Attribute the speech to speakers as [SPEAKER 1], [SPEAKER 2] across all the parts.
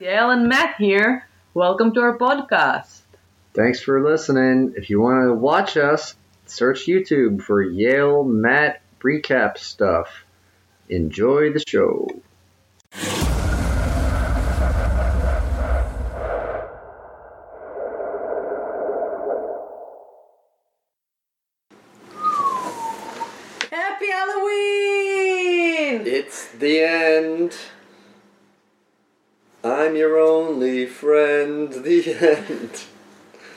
[SPEAKER 1] Gail and Matt here. Welcome to our podcast.
[SPEAKER 2] Thanks for listening. If you want to watch us, search YouTube for Yale Matt Recap Stuff. Enjoy the show.
[SPEAKER 1] Happy Halloween!
[SPEAKER 2] It's the end. I'm your only friend. The end.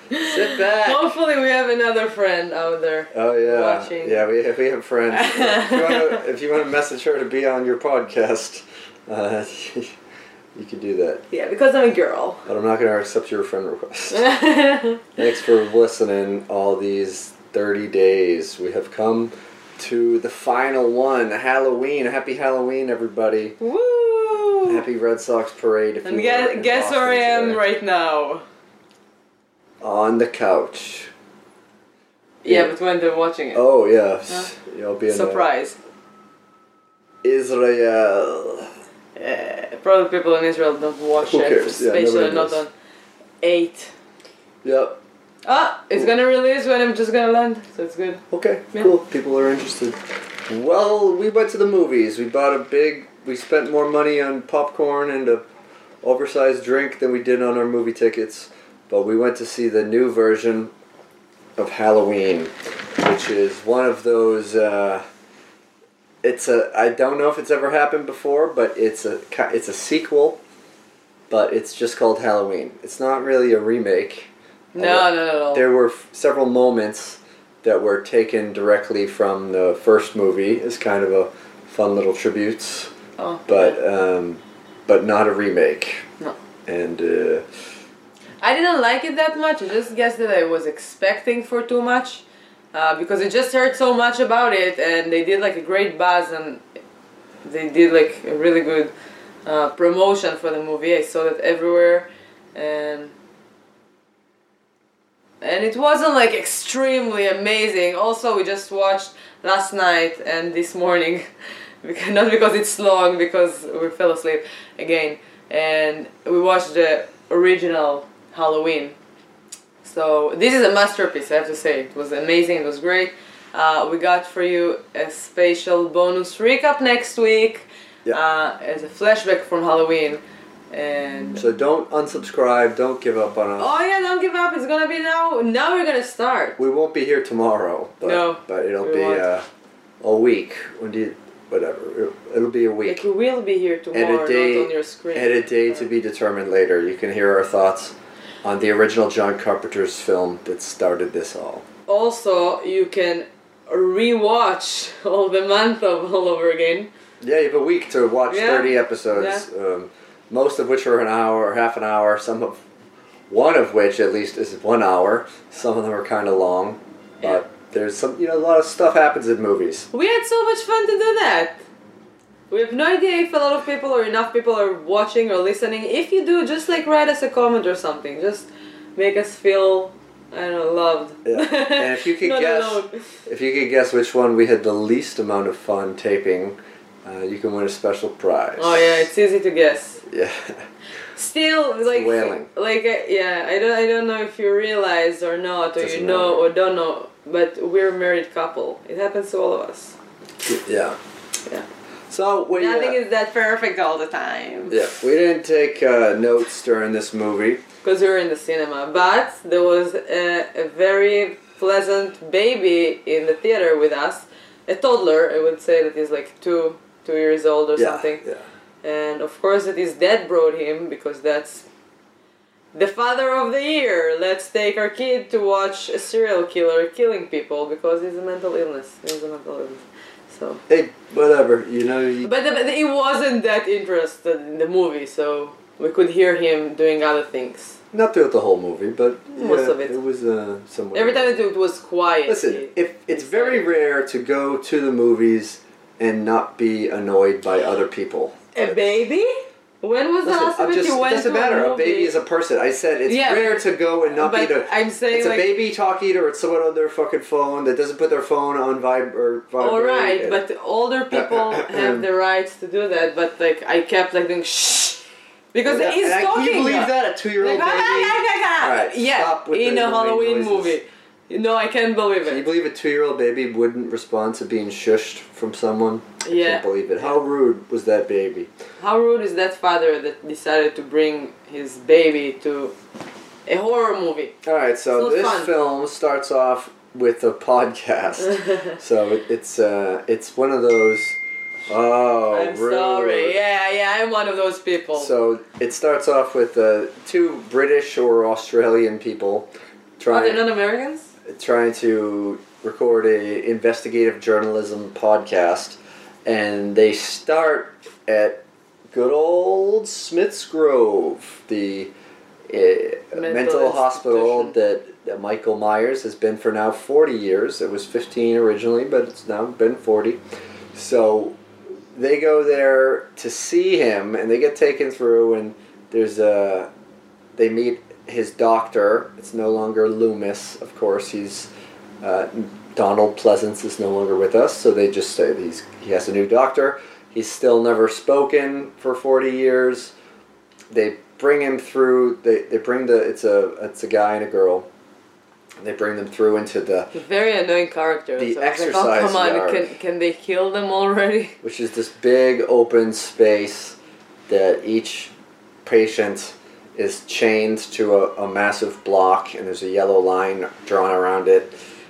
[SPEAKER 2] Sit back.
[SPEAKER 1] Hopefully, we have another friend out there.
[SPEAKER 2] Oh yeah,
[SPEAKER 1] Watching.
[SPEAKER 2] yeah. We have, we have friends. if, you want to, if you want to message her to be on your podcast, uh, you can do that.
[SPEAKER 1] Yeah, because I'm a girl.
[SPEAKER 2] But I'm not going to accept your friend request. Thanks for listening all these 30 days. We have come to the final one, Halloween. Happy Halloween, everybody.
[SPEAKER 1] Woo!
[SPEAKER 2] Happy Red Sox Parade. If
[SPEAKER 1] And
[SPEAKER 2] you were
[SPEAKER 1] guess,
[SPEAKER 2] in
[SPEAKER 1] guess
[SPEAKER 2] Boston
[SPEAKER 1] where I am
[SPEAKER 2] today.
[SPEAKER 1] right now?
[SPEAKER 2] On the couch.
[SPEAKER 1] Yeah,
[SPEAKER 2] Yeah.
[SPEAKER 1] but when they're watching it.
[SPEAKER 2] Oh, yes. You'll be in uh,
[SPEAKER 1] Surprise.
[SPEAKER 2] Israel.
[SPEAKER 1] Uh, probably people in Israel don't watch
[SPEAKER 2] Who
[SPEAKER 1] it,
[SPEAKER 2] cares? Yeah,
[SPEAKER 1] especially
[SPEAKER 2] nobody
[SPEAKER 1] not
[SPEAKER 2] knows.
[SPEAKER 1] on 8.
[SPEAKER 2] Yep.
[SPEAKER 1] Ah, it's
[SPEAKER 2] Cool.
[SPEAKER 1] gonna release when I'm just gonna land, so it's good.
[SPEAKER 2] Okay,
[SPEAKER 1] Yeah.
[SPEAKER 2] cool. People are interested. Well, we went to the movies. We bought a big. We spent more money on popcorn and a oversized drink than we did on our movie tickets. But we went to see the new version of Halloween, which is one of those. Uh, it's a. I don't know if it's ever happened before, but it's a. ki- It's a sequel, but it's just called Halloween. It's not really a remake.
[SPEAKER 1] No, no, no, no.
[SPEAKER 2] There were f- several moments that were taken directly from the first movie as kind of a fun little tributes,
[SPEAKER 1] Oh,
[SPEAKER 2] but um, but not a remake.
[SPEAKER 1] No.
[SPEAKER 2] And uh,
[SPEAKER 1] I didn't like it that much. I just guess that I was expecting for too much, uh, because I just heard so much about it, and they did like a great buzz, and they did like a really good uh, promotion for the movie. I saw that everywhere, and and it wasn't like extremely amazing. Also, we just watched last night and this morning, because, not because it's long, because we fell asleep again, and we watched the original Halloween. So this is a masterpiece, I have to say. It was amazing. It was great. Uh, we got for you a special bonus recap next week
[SPEAKER 2] Yeah.
[SPEAKER 1] uh, as a flashback from Halloween. And
[SPEAKER 2] so don't unsubscribe. Don't give up on us.
[SPEAKER 1] oh yeah, don't give up. It's gonna be now. Now we're gonna start.
[SPEAKER 2] We won't be here tomorrow. But,
[SPEAKER 1] No,
[SPEAKER 2] But it'll
[SPEAKER 1] we
[SPEAKER 2] be
[SPEAKER 1] won't.
[SPEAKER 2] uh, a week. When do you, whatever. It- It'll be a week.
[SPEAKER 1] Like we will be here tomorrow,
[SPEAKER 2] Edit day.
[SPEAKER 1] not on your screen.
[SPEAKER 2] At a day to be determined later. You can hear our thoughts on the original John Carpenter's film that started this all.
[SPEAKER 1] Also, you can rewatch all the month of all over again.
[SPEAKER 2] Yeah, you have a week to watch
[SPEAKER 1] Yeah.
[SPEAKER 2] 30 episodes, um, most of which are an hour or half an hour, some of one of which at least is one hour. Some of them are kind of long, but
[SPEAKER 1] Yeah.
[SPEAKER 2] there's some, you know, a lot of stuff happens in movies.
[SPEAKER 1] We had so much fun to do that. We have no idea if a lot of people or enough people are watching or listening. If you do, just like write us a comment or something. Just make us feel, I don't know, loved.
[SPEAKER 2] Yeah. And if you could
[SPEAKER 1] Not
[SPEAKER 2] guess,
[SPEAKER 1] alone.
[SPEAKER 2] if you could guess which one we had the least amount of fun taping, uh, you can win a special prize.
[SPEAKER 1] Oh yeah, it's easy to guess.
[SPEAKER 2] yeah.
[SPEAKER 1] Still, like,
[SPEAKER 2] whaling.
[SPEAKER 1] like, uh, yeah, I don't, I don't know if you realize or not, or
[SPEAKER 2] Doesn't
[SPEAKER 1] you know or don't know, but we're a married couple. It happens to all of us.
[SPEAKER 2] yeah.
[SPEAKER 1] Yeah.
[SPEAKER 2] So we. uh,
[SPEAKER 1] Nothing is that perfect all the time.
[SPEAKER 2] yeah, we didn't take uh, notes during this movie.
[SPEAKER 1] because we were in the cinema. But there was a, a very pleasant baby in the theater with us, a toddler. I would say that he's like two, two years old or
[SPEAKER 2] yeah,
[SPEAKER 1] something.
[SPEAKER 2] Yeah.
[SPEAKER 1] And of course, that his dad brought him because that's the father of the year. Let's take our kid to watch a serial killer killing people because he's a mental illness. He's a mental illness. So,
[SPEAKER 2] Hey, whatever. You know, you,
[SPEAKER 1] but, the, but he wasn't that interested in the movie, so we could hear him doing other things.
[SPEAKER 2] Not throughout the whole movie, but
[SPEAKER 1] Most
[SPEAKER 2] yeah,
[SPEAKER 1] of it.
[SPEAKER 2] was uh, somewhere.
[SPEAKER 1] Every time it was quiet.
[SPEAKER 2] Listen, if it's very rare to go to the movies and not be annoyed by other people.
[SPEAKER 1] a baby? When was the
[SPEAKER 2] Listen,
[SPEAKER 1] last time
[SPEAKER 2] I'm
[SPEAKER 1] that
[SPEAKER 2] just,
[SPEAKER 1] you
[SPEAKER 2] it
[SPEAKER 1] went
[SPEAKER 2] doesn't
[SPEAKER 1] to
[SPEAKER 2] matter.
[SPEAKER 1] a,
[SPEAKER 2] A,
[SPEAKER 1] movie?
[SPEAKER 2] baby is a person. I said it's
[SPEAKER 1] Yeah.
[SPEAKER 2] rare to go and not
[SPEAKER 1] But
[SPEAKER 2] be. To,
[SPEAKER 1] I'm saying
[SPEAKER 2] it's
[SPEAKER 1] like-
[SPEAKER 2] a baby talking, or it's someone on their fucking phone that doesn't put their phone on vibe or vibrate.
[SPEAKER 1] all Oh, right,
[SPEAKER 2] and-
[SPEAKER 1] but older people have the rights to do that. But like I kept like doing shh, because
[SPEAKER 2] Yeah,
[SPEAKER 1] he's
[SPEAKER 2] and I-
[SPEAKER 1] talking.
[SPEAKER 2] Can you believe that? A two year
[SPEAKER 1] Like,
[SPEAKER 2] old
[SPEAKER 1] ah,
[SPEAKER 2] baby.
[SPEAKER 1] ah, ah, ah, ah.
[SPEAKER 2] All right,
[SPEAKER 1] yeah,
[SPEAKER 2] stop with
[SPEAKER 1] in
[SPEAKER 2] those
[SPEAKER 1] a
[SPEAKER 2] annoying
[SPEAKER 1] Halloween
[SPEAKER 2] noises.
[SPEAKER 1] movie. No, I can't believe
[SPEAKER 2] Can you
[SPEAKER 1] it.
[SPEAKER 2] believe a two year old baby wouldn't respond to being shushed from someone? I
[SPEAKER 1] Yeah.
[SPEAKER 2] can't believe it. How rude was that baby?
[SPEAKER 1] How rude is that father that decided to bring his baby to a horror movie?
[SPEAKER 2] Alright, so
[SPEAKER 1] It's not
[SPEAKER 2] this
[SPEAKER 1] fun.
[SPEAKER 2] film starts off with a podcast. so it, it's uh, it's one of those Oh
[SPEAKER 1] I'm
[SPEAKER 2] rude.
[SPEAKER 1] sorry. Yeah, yeah, I'm one of those people.
[SPEAKER 2] So it starts off with uh, two British or Australian people
[SPEAKER 1] Are they
[SPEAKER 2] trying
[SPEAKER 1] not Americans?
[SPEAKER 2] trying to record a investigative journalism podcast, and they start at good old Smiths Grove, the uh, mental,
[SPEAKER 1] Mental
[SPEAKER 2] hospital
[SPEAKER 1] institution.
[SPEAKER 2] that that Michael Myers has been for now forty years. It was fifteen originally, but it's now been forty. So they go there to see him, and they get taken through, and there's a they meet his doctor. It's no longer Loomis, of course. He's uh, Donald Pleasance is no longer with us, so they just say that he's he has a new doctor. He's still never spoken for forty years. They bring him through. They, they bring the it's a it's a guy and a girl. They bring them through into the
[SPEAKER 1] Very annoying characters.
[SPEAKER 2] The
[SPEAKER 1] I was like, oh,
[SPEAKER 2] exercise
[SPEAKER 1] come on,
[SPEAKER 2] yard.
[SPEAKER 1] can can they kill them already?
[SPEAKER 2] which is this big open space that each patient is chained to a, a massive block and there's a yellow line drawn around it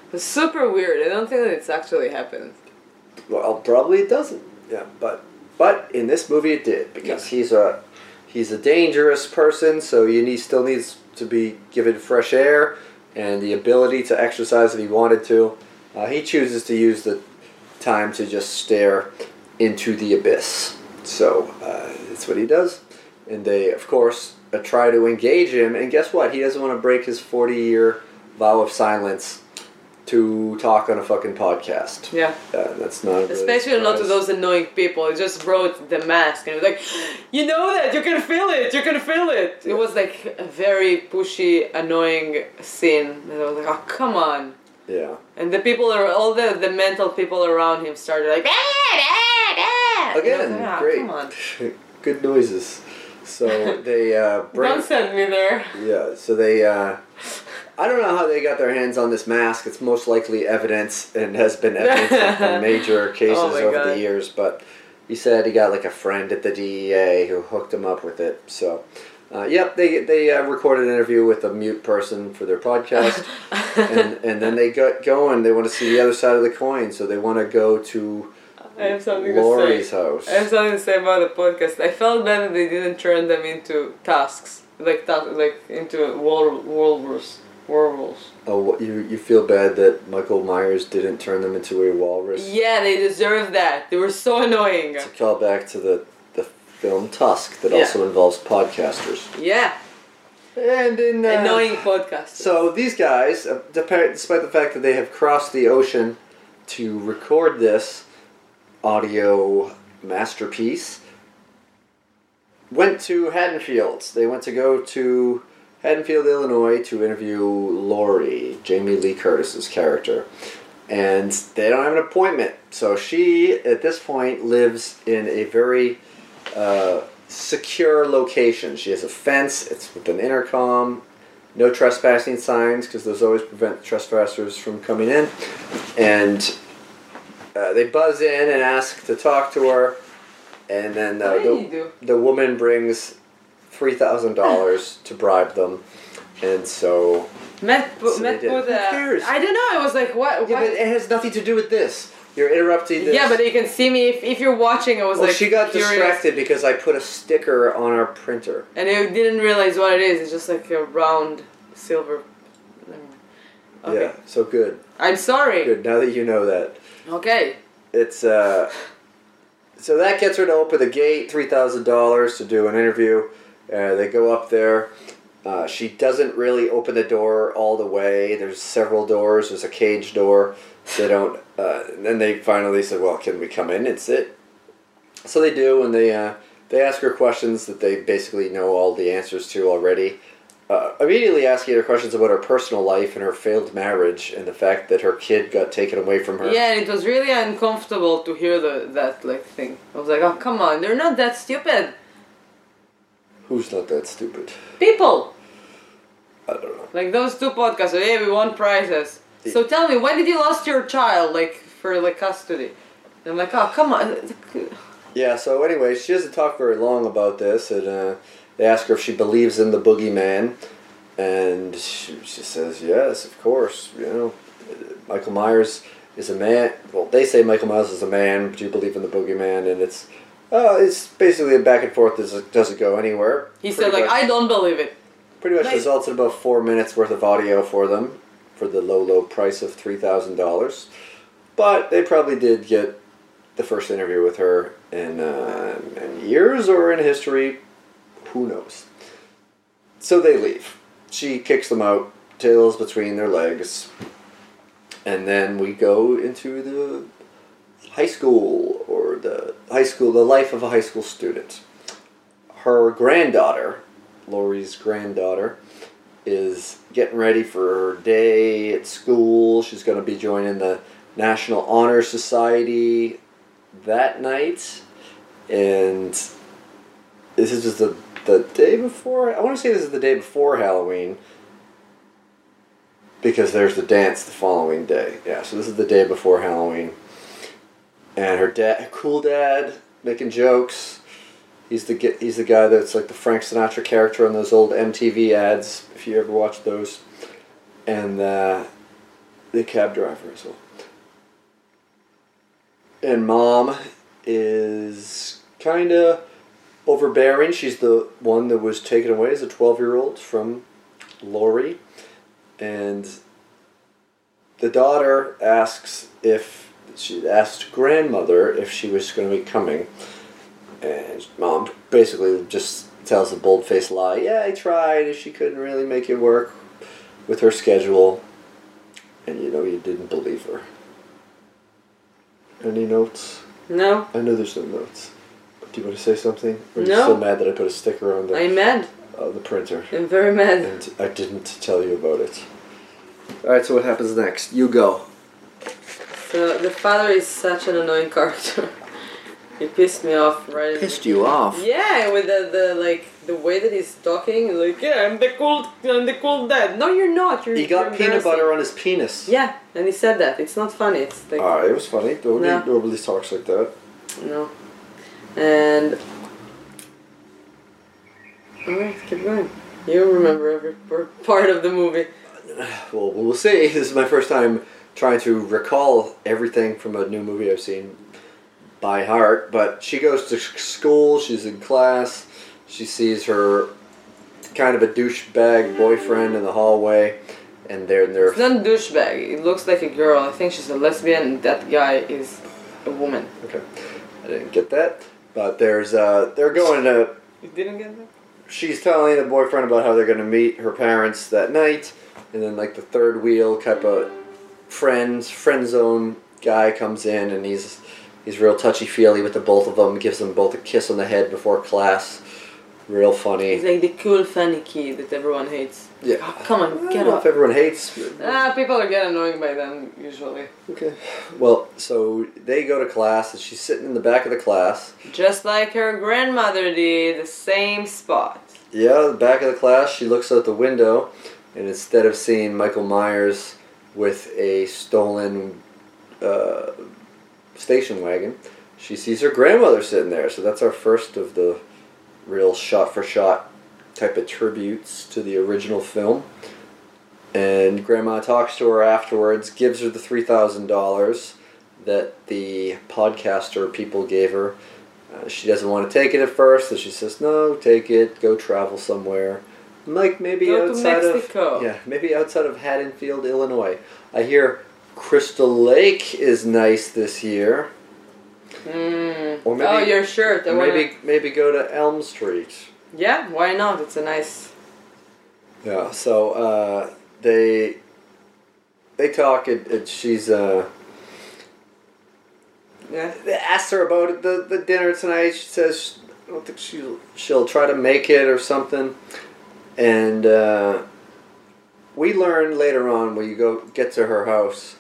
[SPEAKER 1] It was super weird. I don't think that it's actually happened.
[SPEAKER 2] Well, probably it doesn't. Yeah, but but in this movie it did because he's a he's a dangerous person, so you need still needs to be given fresh air and the ability to exercise if he wanted to. Uh, he chooses to use the time to just stare into the abyss. So uh, that's what he does, and they of course uh, try to engage him. And guess what? He doesn't want to break his forty-year vow of silence to talk on a fucking podcast.
[SPEAKER 1] Yeah.
[SPEAKER 2] Uh, that's not a really
[SPEAKER 1] Especially not to
[SPEAKER 2] surprise.
[SPEAKER 1] those annoying people. It just brought the mask and it was like, you know that, you can feel it, you can feel it. It was like a very pushy, annoying scene. And I was like, oh, come on.
[SPEAKER 2] Yeah.
[SPEAKER 1] And the people are all the, the mental people around him started like, "Ah, ah, ah." And I was
[SPEAKER 2] Again,
[SPEAKER 1] like, "Ah,
[SPEAKER 2] great.
[SPEAKER 1] Come on.
[SPEAKER 2] Good noises. So they uh, bring.
[SPEAKER 1] Don't send me there.
[SPEAKER 2] Yeah. So they. Uh, I don't know how they got their hands on this mask. It's most likely evidence and has been evidence in- in major cases
[SPEAKER 1] Oh my
[SPEAKER 2] over the
[SPEAKER 1] God.
[SPEAKER 2] years. But he said he got like a friend at the DEA who hooked him up with it. So. Uh, yep, they they uh, recorded an interview with a mute person for their podcast, and and then they got going. They want to see the other side of the coin, so they want to go to
[SPEAKER 1] I have something to
[SPEAKER 2] Lori's
[SPEAKER 1] say.
[SPEAKER 2] house.
[SPEAKER 1] I have something to say about the podcast. I felt bad that they didn't turn them into tasks, like ta- like into wor- walrus, walrus.
[SPEAKER 2] Oh, what- you you feel bad that Michael Myers didn't turn them into a walrus?
[SPEAKER 1] Yeah, they deserve that. They were so annoying.
[SPEAKER 2] To call back to the the film Tusk that
[SPEAKER 1] Yeah.
[SPEAKER 2] also involves podcasters.
[SPEAKER 1] Yeah,
[SPEAKER 2] And in uh,
[SPEAKER 1] annoying podcast.
[SPEAKER 2] So these guys, uh, depa- despite the fact that they have crossed the ocean to record this audio masterpiece, went to Haddonfield. They went to go to Haddonfield, Illinois, to interview Lori, Jamie Lee Curtis's character. And they don't have an appointment, so she at this point lives in a very uh, secure location. She has a fence. It's with an intercom. No trespassing signs because those always prevent trespassers from coming in. And uh, they buzz in and ask to talk to her. And then uh,
[SPEAKER 1] what did
[SPEAKER 2] the,
[SPEAKER 1] he do?
[SPEAKER 2] the woman brings three thousand dollars to bribe them, and so
[SPEAKER 1] Matt, put,
[SPEAKER 2] So
[SPEAKER 1] Matt
[SPEAKER 2] they did.
[SPEAKER 1] put
[SPEAKER 2] Who
[SPEAKER 1] uh,
[SPEAKER 2] cares?
[SPEAKER 1] I don't know. I was like, what?
[SPEAKER 2] yeah,
[SPEAKER 1] what?
[SPEAKER 2] but it has nothing to do with this. You're interrupting this.
[SPEAKER 1] yeah, but you can see me if, if you're watching. I was
[SPEAKER 2] well,
[SPEAKER 1] like,
[SPEAKER 2] Oh, she got
[SPEAKER 1] curious.
[SPEAKER 2] distracted because I put a sticker on our printer.
[SPEAKER 1] and I didn't realize what it is. It's just like a round silver. Never mind. Okay.
[SPEAKER 2] Yeah, so good,
[SPEAKER 1] I'm sorry.
[SPEAKER 2] good. Now that you know that,
[SPEAKER 1] Okay.
[SPEAKER 2] it's uh, so that gets her to open the gate. Three thousand dollars to do an interview. Uh, they go up there. Uh, she doesn't really open the door all the way. There's several doors. There's a cage door. They don't. Uh, and then they finally said, "Well, can we come in and sit?" So they do, and they uh, they ask her questions that they basically know all the answers to already. Uh, immediately asking her questions about her personal life and her failed marriage and the fact that her kid got taken away from her.
[SPEAKER 1] Yeah, and it was really uncomfortable to hear the, that like thing. I was like, oh come on, they're not that stupid.
[SPEAKER 2] Who's not that stupid?
[SPEAKER 1] People
[SPEAKER 2] I don't know.
[SPEAKER 1] like those two podcasts. Hey, we won prizes. So tell me, when did you lost your child, like for like custody? And I'm like, oh come on.
[SPEAKER 2] Yeah, so anyway, she doesn't talk very long about this, and uh, they ask her if she believes in the boogeyman, and she, she says, yes, of course, you know, Michael Myers is a man, well, they say Michael Myers is a man, but you believe in the boogeyman, and it's, uh, it's basically a back and forth that doesn't go anywhere.
[SPEAKER 1] He
[SPEAKER 2] Pretty
[SPEAKER 1] said like,
[SPEAKER 2] much-
[SPEAKER 1] I don't believe it.
[SPEAKER 2] Pretty much
[SPEAKER 1] Nice.
[SPEAKER 2] results in about four minutes worth of audio for them for the low, low price of $3,000. But they probably did get the first interview with her in, uh, in years or in history. Who knows? So they leave. She kicks them out, tails between their legs. And then we go into the high school or the high school, the life of a high school student her granddaughter, Lori's granddaughter, is getting ready for her day at school. She's going to be joining the National Honor Society that night. And this is just the, the day before. I want to say this is the day before Halloween because there's the dance the following day. Yeah, so this is the day before Halloween. And her dad, her cool dad, making jokes. He's the gu- he's the guy that's like the Frank Sinatra character on those old MTV ads, if you ever watched those, and uh, the cab driver as well. And mom is kind of overbearing. She's the one that was taken away as a twelve year old from Lori, and the daughter asks if she asked grandmother if she was going to be coming. And mom basically just tells a bold faced lie. Yeah, I tried. She couldn't really make it work with her schedule. And you know, you didn't believe her. Any notes?
[SPEAKER 1] No,
[SPEAKER 2] I know there's no notes. Do you want to say something? Or are you
[SPEAKER 1] No.
[SPEAKER 2] still mad that I put a sticker on the,
[SPEAKER 1] I'm mad.
[SPEAKER 2] uh, the printer?
[SPEAKER 1] I'm very mad.
[SPEAKER 2] And I didn't tell you about it. Alright, so what happens next? You go.
[SPEAKER 1] So the father is such an annoying character. he pissed me off right. in the
[SPEAKER 2] Pissed you off.
[SPEAKER 1] Yeah, with the, the like the way that he's talking, like yeah, I'm the cool, I'm the cool dad. No, you're not. You're.
[SPEAKER 2] He
[SPEAKER 1] you're
[SPEAKER 2] got peanut
[SPEAKER 1] embarrassing.
[SPEAKER 2] butter on his penis.
[SPEAKER 1] Yeah, and he said that. It's not funny. It's like
[SPEAKER 2] Alright, it was funny. Nobody
[SPEAKER 1] No.
[SPEAKER 2] nobody talks like that.
[SPEAKER 1] no, and. Alright, keep going. You remember every per- part of the movie.
[SPEAKER 2] Well, we'll see. This is my first time trying to recall everything from a new movie I've seen by heart. But she goes to sh- school, she's in class, she sees her kind of a douchebag boyfriend in the hallway, and they're, they're
[SPEAKER 1] It's not douchebag. It looks like a girl. I think she's a lesbian. and That guy is a woman.
[SPEAKER 2] okay. I didn't get that, but there's uh, they're going to
[SPEAKER 1] You didn't get that.
[SPEAKER 2] she's telling the boyfriend about how they're going to meet her parents that night, and then like the third wheel type of friends friend zone guy comes in, and he's he's real touchy feely with the both of them, gives them both a kiss on the head before class. Real
[SPEAKER 1] He's
[SPEAKER 2] funny.
[SPEAKER 1] like the cool funny kid that everyone hates.
[SPEAKER 2] Yeah.
[SPEAKER 1] Oh, come
[SPEAKER 2] I
[SPEAKER 1] on,
[SPEAKER 2] don't
[SPEAKER 1] get
[SPEAKER 2] know
[SPEAKER 1] off.
[SPEAKER 2] if everyone hates.
[SPEAKER 1] Ah, people get annoying by then usually.
[SPEAKER 2] Okay. Well, so they go to class, and she's sitting in the back of the class.
[SPEAKER 1] Just like her grandmother did, the same spot.
[SPEAKER 2] Yeah, the back of the class, she looks out the window, and instead of seeing Michael Myers with a stolen uh, station wagon, she sees her grandmother sitting there. So that's our first of the real shot for shot type of tributes to the original film. And grandma talks to her afterwards, gives her the $3,000 that the podcaster people gave her. Uh, she doesn't want to take it at first, so she says, "No, take it. Go travel somewhere." I'm like maybe
[SPEAKER 1] Go to
[SPEAKER 2] outside
[SPEAKER 1] Mexico.
[SPEAKER 2] of yeah, maybe outside of Haddonfield, Illinois. I hear Crystal Lake is nice this year,
[SPEAKER 1] Mm.
[SPEAKER 2] Or maybe-
[SPEAKER 1] oh, your shirt. I wanna-
[SPEAKER 2] maybe maybe go to Elm Street.
[SPEAKER 1] Yeah, why not? It's a nice.
[SPEAKER 2] Yeah. So uh, they they talk, and, and she's uh,
[SPEAKER 1] Yeah.
[SPEAKER 2] they asked her about the the dinner tonight. She says I don't think she'll she'll try to make it or something. And uh, we learn later on when you go get to her house.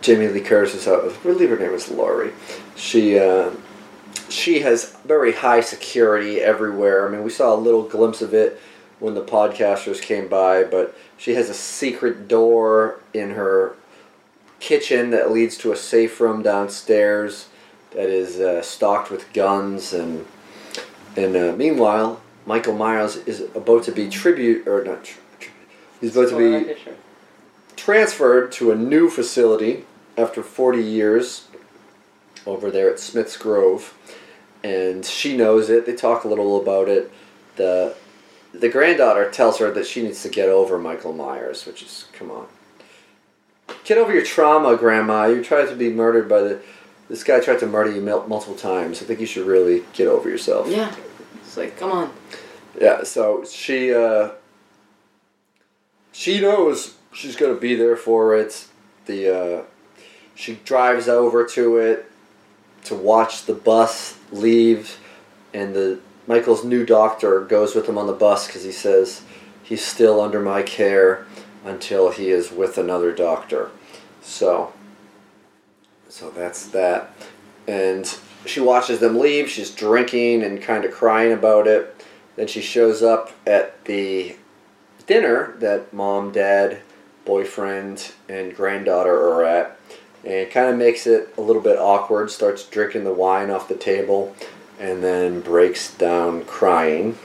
[SPEAKER 2] Jamie Lee Curtis's house. I believe her name is Laurie. She uh, she has very high security everywhere. I mean, we saw a little glimpse of it when the podcasters came by, but she has a secret door in her kitchen that leads to a safe room downstairs that is uh, stocked with guns and and uh, meanwhile, Michael Myers is about to be tribute or not. Tri- tri- he's about to
[SPEAKER 1] Spoiler
[SPEAKER 2] be
[SPEAKER 1] picture.
[SPEAKER 2] transferred to a new facility after 40 years over there at Smith's Grove. And she knows it. They talk a little about it. The the granddaughter tells her that she needs to get over Michael Myers, which is come on. Get over your trauma, grandma. You tried to be murdered by the this guy tried to murder you mul- multiple times. I think you should really get over yourself.
[SPEAKER 1] Yeah. It's like, come on.
[SPEAKER 2] Yeah, so she uh, she knows she's gonna be there for it. The uh, she drives over to it to watch the bus leave, and the Michael's new doctor goes with him on the bus because he says he's still under my care until he is with another doctor. So so that's that. And she watches them leave. She's drinking and kind of crying about it. Then she shows up at the dinner that mom, dad, boyfriend, and granddaughter are at. And it kind of makes it a little bit awkward. Starts drinking the wine off the table and then breaks down crying.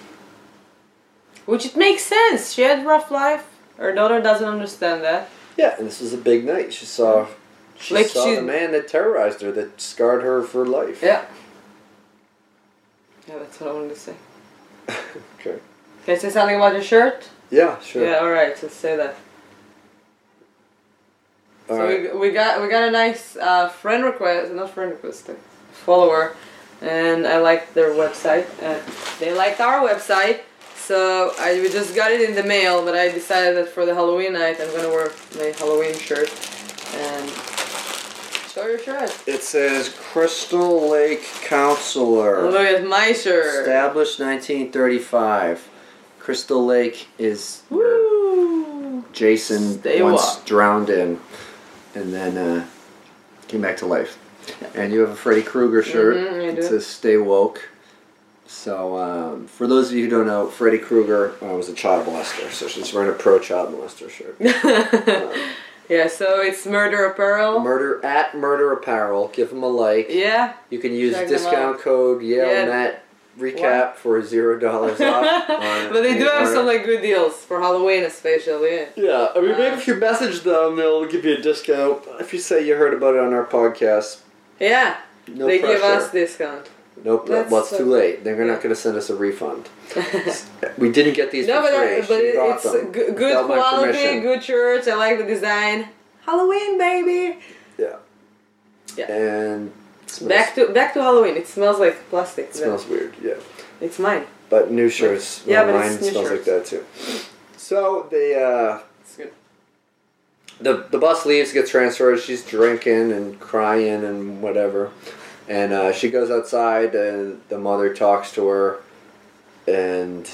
[SPEAKER 1] Which it makes sense. She had rough life. Her daughter doesn't understand that.
[SPEAKER 2] Yeah, and this was a big night. She saw. She
[SPEAKER 1] Like
[SPEAKER 2] saw
[SPEAKER 1] she-
[SPEAKER 2] the man that terrorized her, that scarred her for life.
[SPEAKER 1] Yeah. Yeah, that's what I wanted to say.
[SPEAKER 2] Okay.
[SPEAKER 1] Can I say something about your shirt?
[SPEAKER 2] Yeah, sure.
[SPEAKER 1] Yeah, alright, let's say that.
[SPEAKER 2] All
[SPEAKER 1] so
[SPEAKER 2] right.
[SPEAKER 1] we, we got we got a nice uh, friend request, not friend request, a follower, and I liked their website. Uh, they liked our website, so I we just got it in the mail. But I decided that for the Halloween night, I'm gonna wear my Halloween shirt. And show your shirt.
[SPEAKER 2] It says Crystal Lake Counselor,
[SPEAKER 1] Look at my shirt.
[SPEAKER 2] established 1935. Crystal Lake is where
[SPEAKER 1] Woo!
[SPEAKER 2] Jason
[SPEAKER 1] Stay
[SPEAKER 2] once
[SPEAKER 1] wa-
[SPEAKER 2] drowned in, and then uh, came back to life. And you have a Freddy Krueger shirt.
[SPEAKER 1] Mhm, I do.
[SPEAKER 2] It says "Stay woke." So, um, for those of you who don't know, Freddy Krueger uh, was a child molester, so she's wearing a pro-child molester shirt.
[SPEAKER 1] yeah, so it's Murder Apparel.
[SPEAKER 2] Murder at Murder Apparel. Give them a like.
[SPEAKER 1] yeah.
[SPEAKER 2] You can use
[SPEAKER 1] Check them
[SPEAKER 2] discount code Yale
[SPEAKER 1] Yeah.
[SPEAKER 2] Matt recap for zero dollars off. on
[SPEAKER 1] but they do
[SPEAKER 2] any
[SPEAKER 1] have some
[SPEAKER 2] order.
[SPEAKER 1] like good deals for Halloween, especially. Yeah.
[SPEAKER 2] Yeah, I mean, maybe
[SPEAKER 1] Uh,
[SPEAKER 2] if you message them, they'll give you a discount. If you say you heard about it on our podcast,
[SPEAKER 1] Yeah,
[SPEAKER 2] no
[SPEAKER 1] they
[SPEAKER 2] pressure.
[SPEAKER 1] give us discount.
[SPEAKER 2] no, pr-
[SPEAKER 1] That's
[SPEAKER 2] well, it's
[SPEAKER 1] so-
[SPEAKER 2] too late. They're
[SPEAKER 1] Yeah.
[SPEAKER 2] not going to send us a refund. we didn't get these
[SPEAKER 1] no,
[SPEAKER 2] for
[SPEAKER 1] but,
[SPEAKER 2] free.
[SPEAKER 1] I,
[SPEAKER 2] She
[SPEAKER 1] but it-
[SPEAKER 2] bought
[SPEAKER 1] it's
[SPEAKER 2] them
[SPEAKER 1] good, good
[SPEAKER 2] without my
[SPEAKER 1] quality,
[SPEAKER 2] permission.
[SPEAKER 1] good shirts. I like the design. Halloween, baby.
[SPEAKER 2] Yeah.
[SPEAKER 1] Yeah.
[SPEAKER 2] And it smells,
[SPEAKER 1] Back to back to Halloween. It smells like plastic.
[SPEAKER 2] it smells weird. Yeah.
[SPEAKER 1] It's mine.
[SPEAKER 2] But new shirts.
[SPEAKER 1] Yeah,
[SPEAKER 2] well,
[SPEAKER 1] but
[SPEAKER 2] mine
[SPEAKER 1] it's new
[SPEAKER 2] smells
[SPEAKER 1] shirts.
[SPEAKER 2] like that too. So they. Uh,
[SPEAKER 1] It's good.
[SPEAKER 2] the the bus leaves, gets transferred. She's drinking and crying and whatever, and uh, she goes outside. And the mother talks to her, and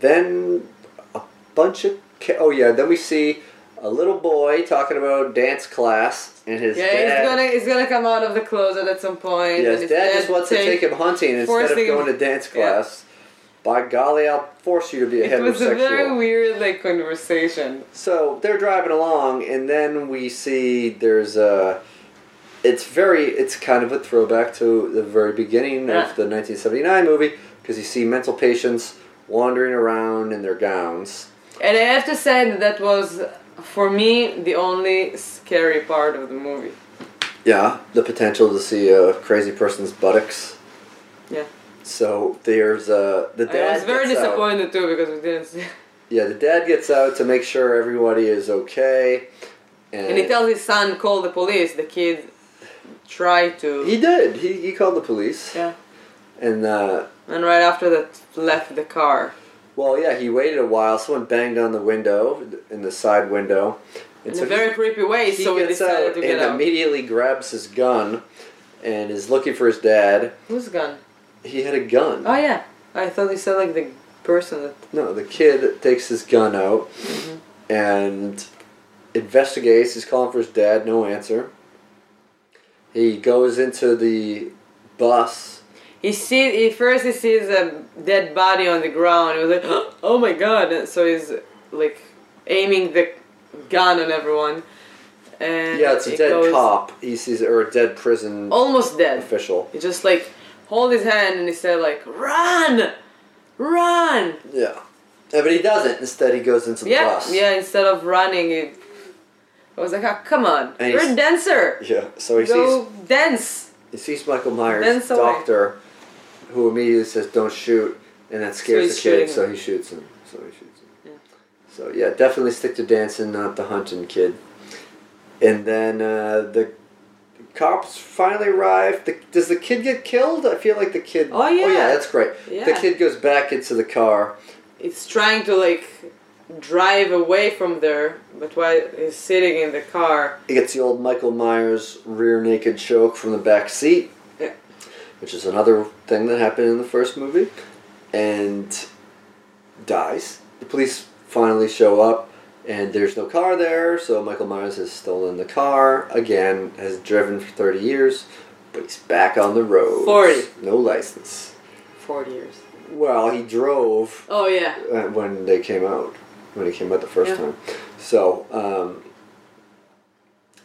[SPEAKER 2] then a bunch of ca- oh yeah. Then we see a little boy talking about dance class and his
[SPEAKER 1] Yeah,
[SPEAKER 2] dad.
[SPEAKER 1] he's gonna he's gonna come out of the closet at some point.
[SPEAKER 2] yeah,
[SPEAKER 1] and
[SPEAKER 2] his dad just wants to take him hunting instead of
[SPEAKER 1] forcing him-
[SPEAKER 2] going to dance
[SPEAKER 1] yeah.
[SPEAKER 2] class. By golly, I'll force you to be a
[SPEAKER 1] It was
[SPEAKER 2] heterosexual.
[SPEAKER 1] a very weird like conversation.
[SPEAKER 2] So they're driving along, and then we see there's a. It's very. It's kind of a throwback to the very beginning
[SPEAKER 1] Yeah.
[SPEAKER 2] of the 1979 movie because you see mental patients wandering around in their gowns.
[SPEAKER 1] And I have to say that that was, for me, the only scary part of the movie.
[SPEAKER 2] Yeah, the potential to see a crazy person's buttocks.
[SPEAKER 1] Yeah.
[SPEAKER 2] So there's uh, the dad.
[SPEAKER 1] I was very
[SPEAKER 2] gets out-
[SPEAKER 1] disappointed too because we didn't see.
[SPEAKER 2] Yeah, the dad gets out to make sure everybody is okay, and,
[SPEAKER 1] And he tells his son, call the police. The kid tried to.
[SPEAKER 2] he did. He, he called the police,
[SPEAKER 1] yeah.
[SPEAKER 2] and uh,
[SPEAKER 1] And right after that, left the car.
[SPEAKER 2] Well, yeah, he waited a while. Someone banged on the window, in the side window. And
[SPEAKER 1] In
[SPEAKER 2] so
[SPEAKER 1] a very creepy way,
[SPEAKER 2] he,
[SPEAKER 1] so we
[SPEAKER 2] he gets uh, out
[SPEAKER 1] decided to get
[SPEAKER 2] and
[SPEAKER 1] out.
[SPEAKER 2] immediately grabs his gun and is looking for his dad.
[SPEAKER 1] Who's gone?
[SPEAKER 2] He had a gun.
[SPEAKER 1] Oh, yeah. I thought he said, like, the person that.
[SPEAKER 2] No, the kid takes his gun out
[SPEAKER 1] Mm-hmm.
[SPEAKER 2] and investigates. He's calling for his dad, no answer. He goes into the bus.
[SPEAKER 1] He see he first he sees a dead body on the ground. He was like, "Oh my god!" And So he's like aiming the gun on everyone. And
[SPEAKER 2] Yeah, it's a
[SPEAKER 1] it
[SPEAKER 2] dead
[SPEAKER 1] goes- Oh.
[SPEAKER 2] cop. He sees or a dead prison
[SPEAKER 1] Almost dead.
[SPEAKER 2] official.
[SPEAKER 1] He just like hold his hand and he said like, "Run, run!"
[SPEAKER 2] Yeah. Yeah, but he doesn't. Instead, he goes into the
[SPEAKER 1] Yeah,
[SPEAKER 2] bus.
[SPEAKER 1] yeah. Instead of running, it I was like, "Ah, come on,
[SPEAKER 2] And
[SPEAKER 1] you're a
[SPEAKER 2] he's-
[SPEAKER 1] dancer.
[SPEAKER 2] Yeah. So he sees
[SPEAKER 1] Go dance."
[SPEAKER 2] he sees Michael
[SPEAKER 1] Then
[SPEAKER 2] Myers,
[SPEAKER 1] so
[SPEAKER 2] doctor, who immediately says, "Don't shoot," and that scares
[SPEAKER 1] he's
[SPEAKER 2] the kid,
[SPEAKER 1] shooting
[SPEAKER 2] so
[SPEAKER 1] him.
[SPEAKER 2] he shoots him. So he shoots him.
[SPEAKER 1] Yeah.
[SPEAKER 2] So yeah, definitely stick to dancing, not the hunting, kid. And then uh, the cops finally arrive. The, does the kid get killed? I feel like the kid.
[SPEAKER 1] Oh, yeah.
[SPEAKER 2] oh yeah, that's great. The
[SPEAKER 1] Yeah.
[SPEAKER 2] kid goes back into the car.
[SPEAKER 1] It's trying to like drive away from there, but while he's sitting in the car,
[SPEAKER 2] He gets the old Michael Myers rear naked choke from the back seat,
[SPEAKER 1] Yeah.
[SPEAKER 2] which is another thing that happened in the first movie, and dies. The police finally show up, and there's no car there, so Michael Myers has stolen the car again, has driven for 30 years, but he's back on the road.
[SPEAKER 1] 40.
[SPEAKER 2] No license.
[SPEAKER 1] forty years.
[SPEAKER 2] Well, he drove
[SPEAKER 1] Oh yeah.
[SPEAKER 2] uh, when they came out, when he came out the first
[SPEAKER 1] Yeah.
[SPEAKER 2] time. So, um,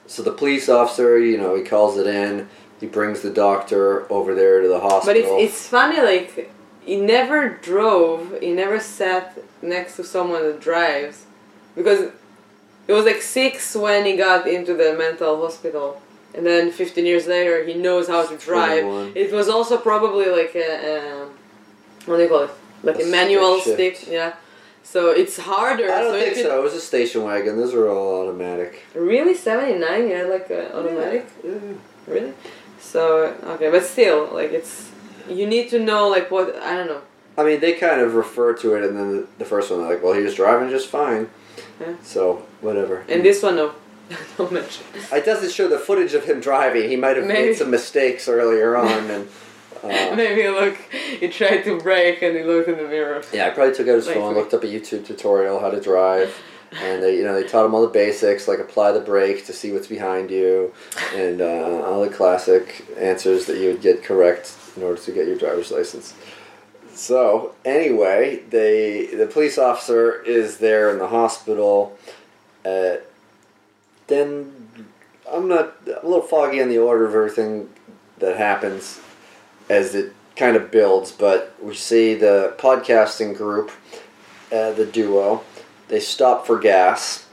[SPEAKER 2] so the police officer, you know, he calls it in. He brings the doctor over there to the
[SPEAKER 1] But
[SPEAKER 2] hospital.
[SPEAKER 1] it's it's funny like he never drove, he never sat next to someone that drives because it was like 6 when he got into the mental hospital and then 15 years later he knows how to drive.
[SPEAKER 2] 21.
[SPEAKER 1] It was also probably like a um, what do you call it? Like
[SPEAKER 2] A
[SPEAKER 1] a, manual
[SPEAKER 2] stick
[SPEAKER 1] stick,
[SPEAKER 2] shift.
[SPEAKER 1] yeah. So it's harder.
[SPEAKER 2] I don't
[SPEAKER 1] so
[SPEAKER 2] think
[SPEAKER 1] if it-
[SPEAKER 2] so. It was a station wagon. Those were all automatic.
[SPEAKER 1] Really, seventy nine? Yeah, like uh, automatic.
[SPEAKER 2] Yeah.
[SPEAKER 1] Really? So okay, but still, like it's you need to know like what I don't know.
[SPEAKER 2] I mean, they kind of refer to it, and then the- the first one, they're like, "Well, he was driving just fine."
[SPEAKER 1] Yeah.
[SPEAKER 2] So whatever.
[SPEAKER 1] And this one, no. no mention.
[SPEAKER 2] it doesn't show the footage of him driving. He might have
[SPEAKER 1] Maybe.
[SPEAKER 2] made some mistakes earlier on, and uh,
[SPEAKER 1] Maybe look, he tried to break and he looked in the mirror.
[SPEAKER 2] Yeah, I probably took out his phone,
[SPEAKER 1] Thankfully.
[SPEAKER 2] looked up a YouTube tutorial how to drive, and they, you know they taught him all the basics like apply the brake to see what's behind you, and uh, all the classic answers that you would get correct in order to get your driver's license. So anyway, they the police officer is there in the hospital. Uh, then I'm not I'm a little foggy on the order of everything that happens as it kind of builds, but we see the podcasting group, uh, the duo, they stop for gas,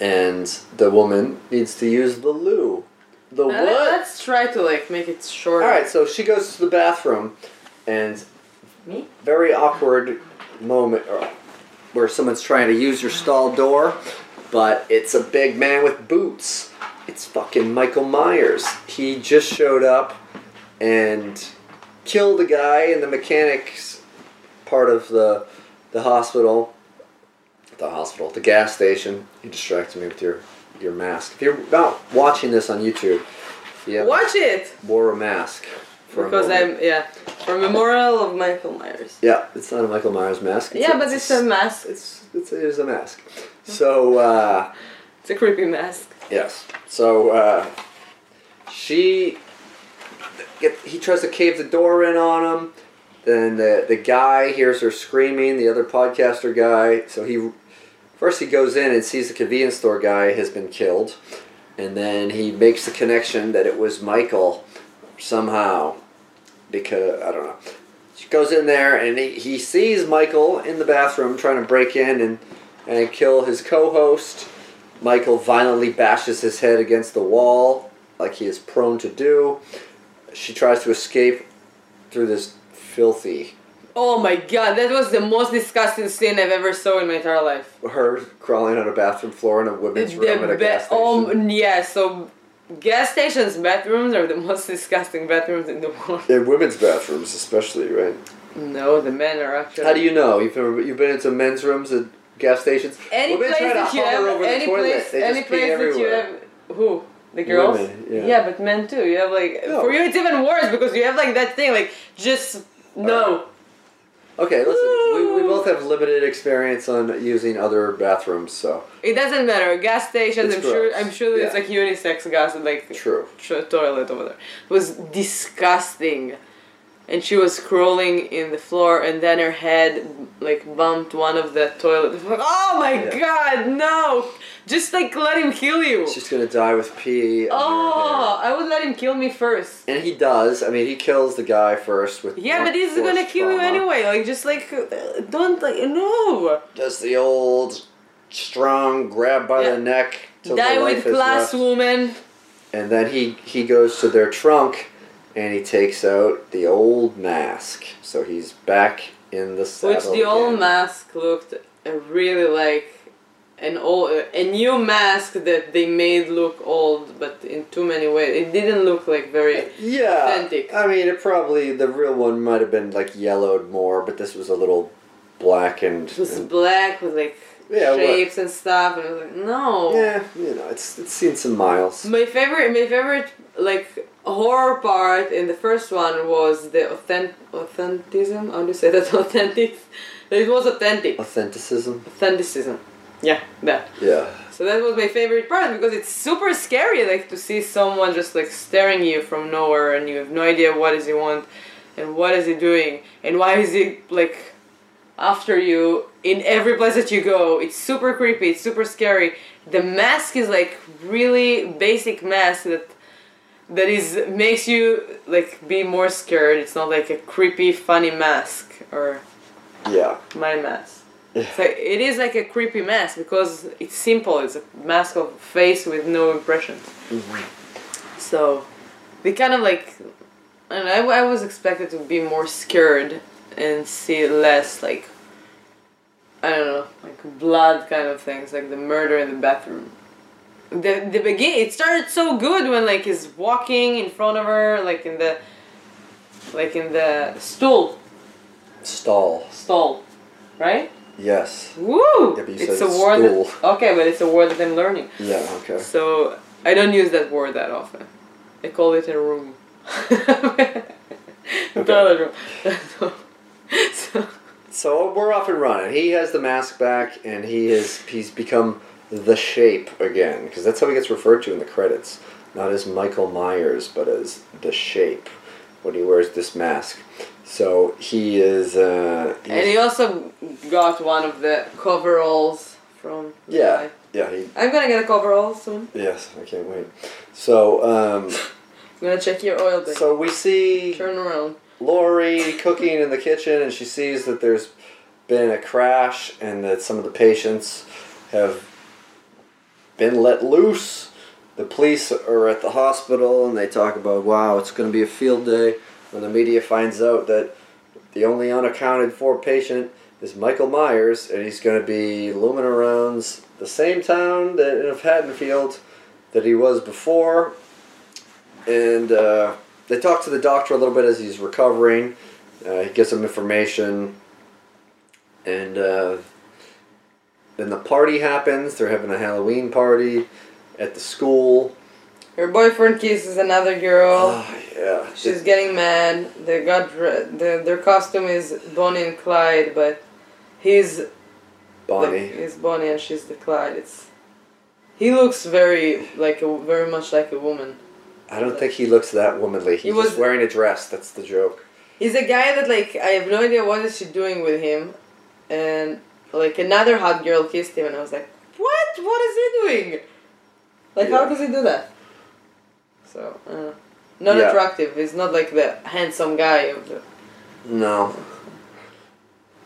[SPEAKER 2] and the woman needs to use the loo. The
[SPEAKER 1] Now, let-
[SPEAKER 2] what?
[SPEAKER 1] Let's try to like make it shorter.
[SPEAKER 2] All right, so she goes to the bathroom, and
[SPEAKER 1] Me?
[SPEAKER 2] very awkward moment or- where someone's trying to use your stall door, but it's a big man with boots. It's fucking Michael Myers. He just showed up and killed a guy in the mechanics part of the the hospital. The hospital, the gas station. You distracted me with your your mask. If you're not watching this on YouTube, yeah,
[SPEAKER 1] Watch it
[SPEAKER 2] wore a mask. for a
[SPEAKER 1] because
[SPEAKER 2] moment.
[SPEAKER 1] I'm yeah for memorial of Michael Myers.
[SPEAKER 2] Yeah, it's not a Michael Myers mask. It's
[SPEAKER 1] yeah, but it's a mask.
[SPEAKER 2] It's it's it is a mask. So uh,
[SPEAKER 1] It's a creepy mask.
[SPEAKER 2] yes, so uh, she get he tries to cave the door in on him. Then the the guy hears her screaming. The other podcaster guy. So he first he goes in and sees the convenience store guy has been killed, and then he makes the connection that it was Michael somehow because I don't know. She goes in there and he, he sees Michael in the bathroom trying to break in and, and kill his co host. Michael violently bashes his head against the wall, like he is prone to do. She tries to escape through this filthy.
[SPEAKER 1] Oh my god, that was the most disgusting scene I've ever saw in my entire life.
[SPEAKER 2] Her crawling on a bathroom floor in a women's room at a
[SPEAKER 1] ba-
[SPEAKER 2] gas
[SPEAKER 1] oh,
[SPEAKER 2] station.
[SPEAKER 1] m- yeah, so gas stations' bathrooms are the most disgusting bathrooms in the world.
[SPEAKER 2] In women's bathrooms, especially, right?
[SPEAKER 1] No, the men are actually.
[SPEAKER 2] How do you know? You've never, you've been into men's rooms at gas stations.
[SPEAKER 1] Any
[SPEAKER 2] Women
[SPEAKER 1] place
[SPEAKER 2] try to
[SPEAKER 1] that you
[SPEAKER 2] hover
[SPEAKER 1] have,
[SPEAKER 2] over the
[SPEAKER 1] any
[SPEAKER 2] toilet.
[SPEAKER 1] place,
[SPEAKER 2] They just
[SPEAKER 1] any
[SPEAKER 2] pee
[SPEAKER 1] place that you
[SPEAKER 2] everywhere.
[SPEAKER 1] have, who? The girls?
[SPEAKER 2] Women, yeah.
[SPEAKER 1] but men too. You have like
[SPEAKER 2] No.
[SPEAKER 1] for you it's even worse because you have like that thing like just no.
[SPEAKER 2] Okay, listen. We, we both have limited experience on using other bathrooms, so
[SPEAKER 1] It doesn't matter. Gas stations.
[SPEAKER 2] It's
[SPEAKER 1] I'm
[SPEAKER 2] gross.
[SPEAKER 1] sure. I'm sure that it's
[SPEAKER 2] Yeah.
[SPEAKER 1] like unisex gas, like
[SPEAKER 2] true.
[SPEAKER 1] tr- toilet over there. It was disgusting. And she was crawling in the floor, and then her head like bumped one of the toilet. Oh my
[SPEAKER 2] Yeah.
[SPEAKER 1] god, no! Just like let him kill you.
[SPEAKER 2] She's gonna die with pee. on her hair.
[SPEAKER 1] Oh, I would let him kill me first.
[SPEAKER 2] And he does. I mean, he kills the guy first with.
[SPEAKER 1] Yeah, but he's
[SPEAKER 2] forced
[SPEAKER 1] gonna kill you
[SPEAKER 2] trauma.
[SPEAKER 1] anyway. Like just like uh, don't like no.
[SPEAKER 2] Does the old strong grab by
[SPEAKER 1] Yeah.
[SPEAKER 2] the neck till
[SPEAKER 1] Die
[SPEAKER 2] the life
[SPEAKER 1] with
[SPEAKER 2] is
[SPEAKER 1] class
[SPEAKER 2] left.
[SPEAKER 1] woman.
[SPEAKER 2] And then he he goes to their trunk, and he takes out the old mask. So he's back in the saddle.
[SPEAKER 1] Which the old
[SPEAKER 2] again.
[SPEAKER 1] mask looked uh, really like an old, uh, a new mask that they made look old, but in too many ways. It didn't look like very.
[SPEAKER 2] Yeah.
[SPEAKER 1] Authentic.
[SPEAKER 2] I mean, it probably the real one might have been like yellowed more, but this was a little black and,
[SPEAKER 1] It was
[SPEAKER 2] and-
[SPEAKER 1] black with like
[SPEAKER 2] Yeah, what-
[SPEAKER 1] shapes and stuff, and I was like, no.
[SPEAKER 2] yeah, you know, it's it's seen some miles.
[SPEAKER 1] My favorite, my favorite like horror part in the first one was the authentic, authenticism. How do you say that? Authentic. It was authentic.
[SPEAKER 2] Authenticism.
[SPEAKER 1] Authenticism. Yeah, that.
[SPEAKER 2] Yeah.
[SPEAKER 1] So that was my favorite part because it's super scary, like to see someone just like staring you from nowhere, and you have no idea what is he want, and what is he doing, and why is he like after you in every place that you go. It's super creepy. It's super scary. The mask is like really basic mask that that is makes you like be more scared. It's not like a creepy funny mask or
[SPEAKER 2] Yeah.
[SPEAKER 1] my mask. So it is like a creepy mask because it's simple. It's a mask of face with no impressions. So they kind of like, and I, I was expected to be more scared and see less like, I don't know, like blood kind of things, like the murder in the bathroom. The the begin it started so good when like he's walking in front of her like in the like in the stool
[SPEAKER 2] Stall.
[SPEAKER 1] stall, right?
[SPEAKER 2] Yes.
[SPEAKER 1] Woo!
[SPEAKER 2] Yeah, but you
[SPEAKER 1] it's
[SPEAKER 2] said
[SPEAKER 1] a word.
[SPEAKER 2] stool.
[SPEAKER 1] That, okay, but it's a word that I'm learning.
[SPEAKER 2] Yeah. Okay.
[SPEAKER 1] So I don't use that word that often. I call it a room. Toilet room. so, so-
[SPEAKER 2] So we're off and running. He has the mask back, and he is he's become the shape again because that's how he gets referred to in the credits, not as Michael Myers, but as the shape when he wears this mask. So he is. Uh, he's-
[SPEAKER 1] and he also got one of the coveralls from.
[SPEAKER 2] yeah,
[SPEAKER 1] Dubai.
[SPEAKER 2] yeah, he.
[SPEAKER 1] I'm gonna get a coverall soon.
[SPEAKER 2] Yes, I can't wait. So, um,
[SPEAKER 1] I'm gonna check your oil thing.
[SPEAKER 2] so we see
[SPEAKER 1] Turn around.
[SPEAKER 2] Lori cooking in the kitchen, and she sees that there's been a crash and that some of the patients have been let loose. The police are at the hospital, and they talk about, wow, it's going to be a field day when the media finds out that the only unaccounted for patient is Michael Myers, and he's going to be looming around the same town that of Haddonfield that he was before. And uh, they talk to the doctor a little bit as he's recovering. Uh, he gives him information, and uh, then the party happens. They're having a Halloween party at the school.
[SPEAKER 1] Your boyfriend kisses another girl.
[SPEAKER 2] Oh, yeah,
[SPEAKER 1] She's getting mad. They got dre- the, their costume is Bonnie and Clyde, but he's
[SPEAKER 2] Bonnie.
[SPEAKER 1] Like, he's Bonnie and she's the Clyde. It's he looks very like a, very much like a woman.
[SPEAKER 2] I don't think he looks that womanly. He's
[SPEAKER 1] He
[SPEAKER 2] just
[SPEAKER 1] was-
[SPEAKER 2] wearing a dress. That's the joke.
[SPEAKER 1] He's a guy that like I have no idea what is she doing with him, and like another hot girl kissed him and I was like, what? What is he doing? Like how
[SPEAKER 2] Yeah.
[SPEAKER 1] does he do that? So uh, not
[SPEAKER 2] Yeah.
[SPEAKER 1] attractive. He's not like the handsome guy of the
[SPEAKER 2] No.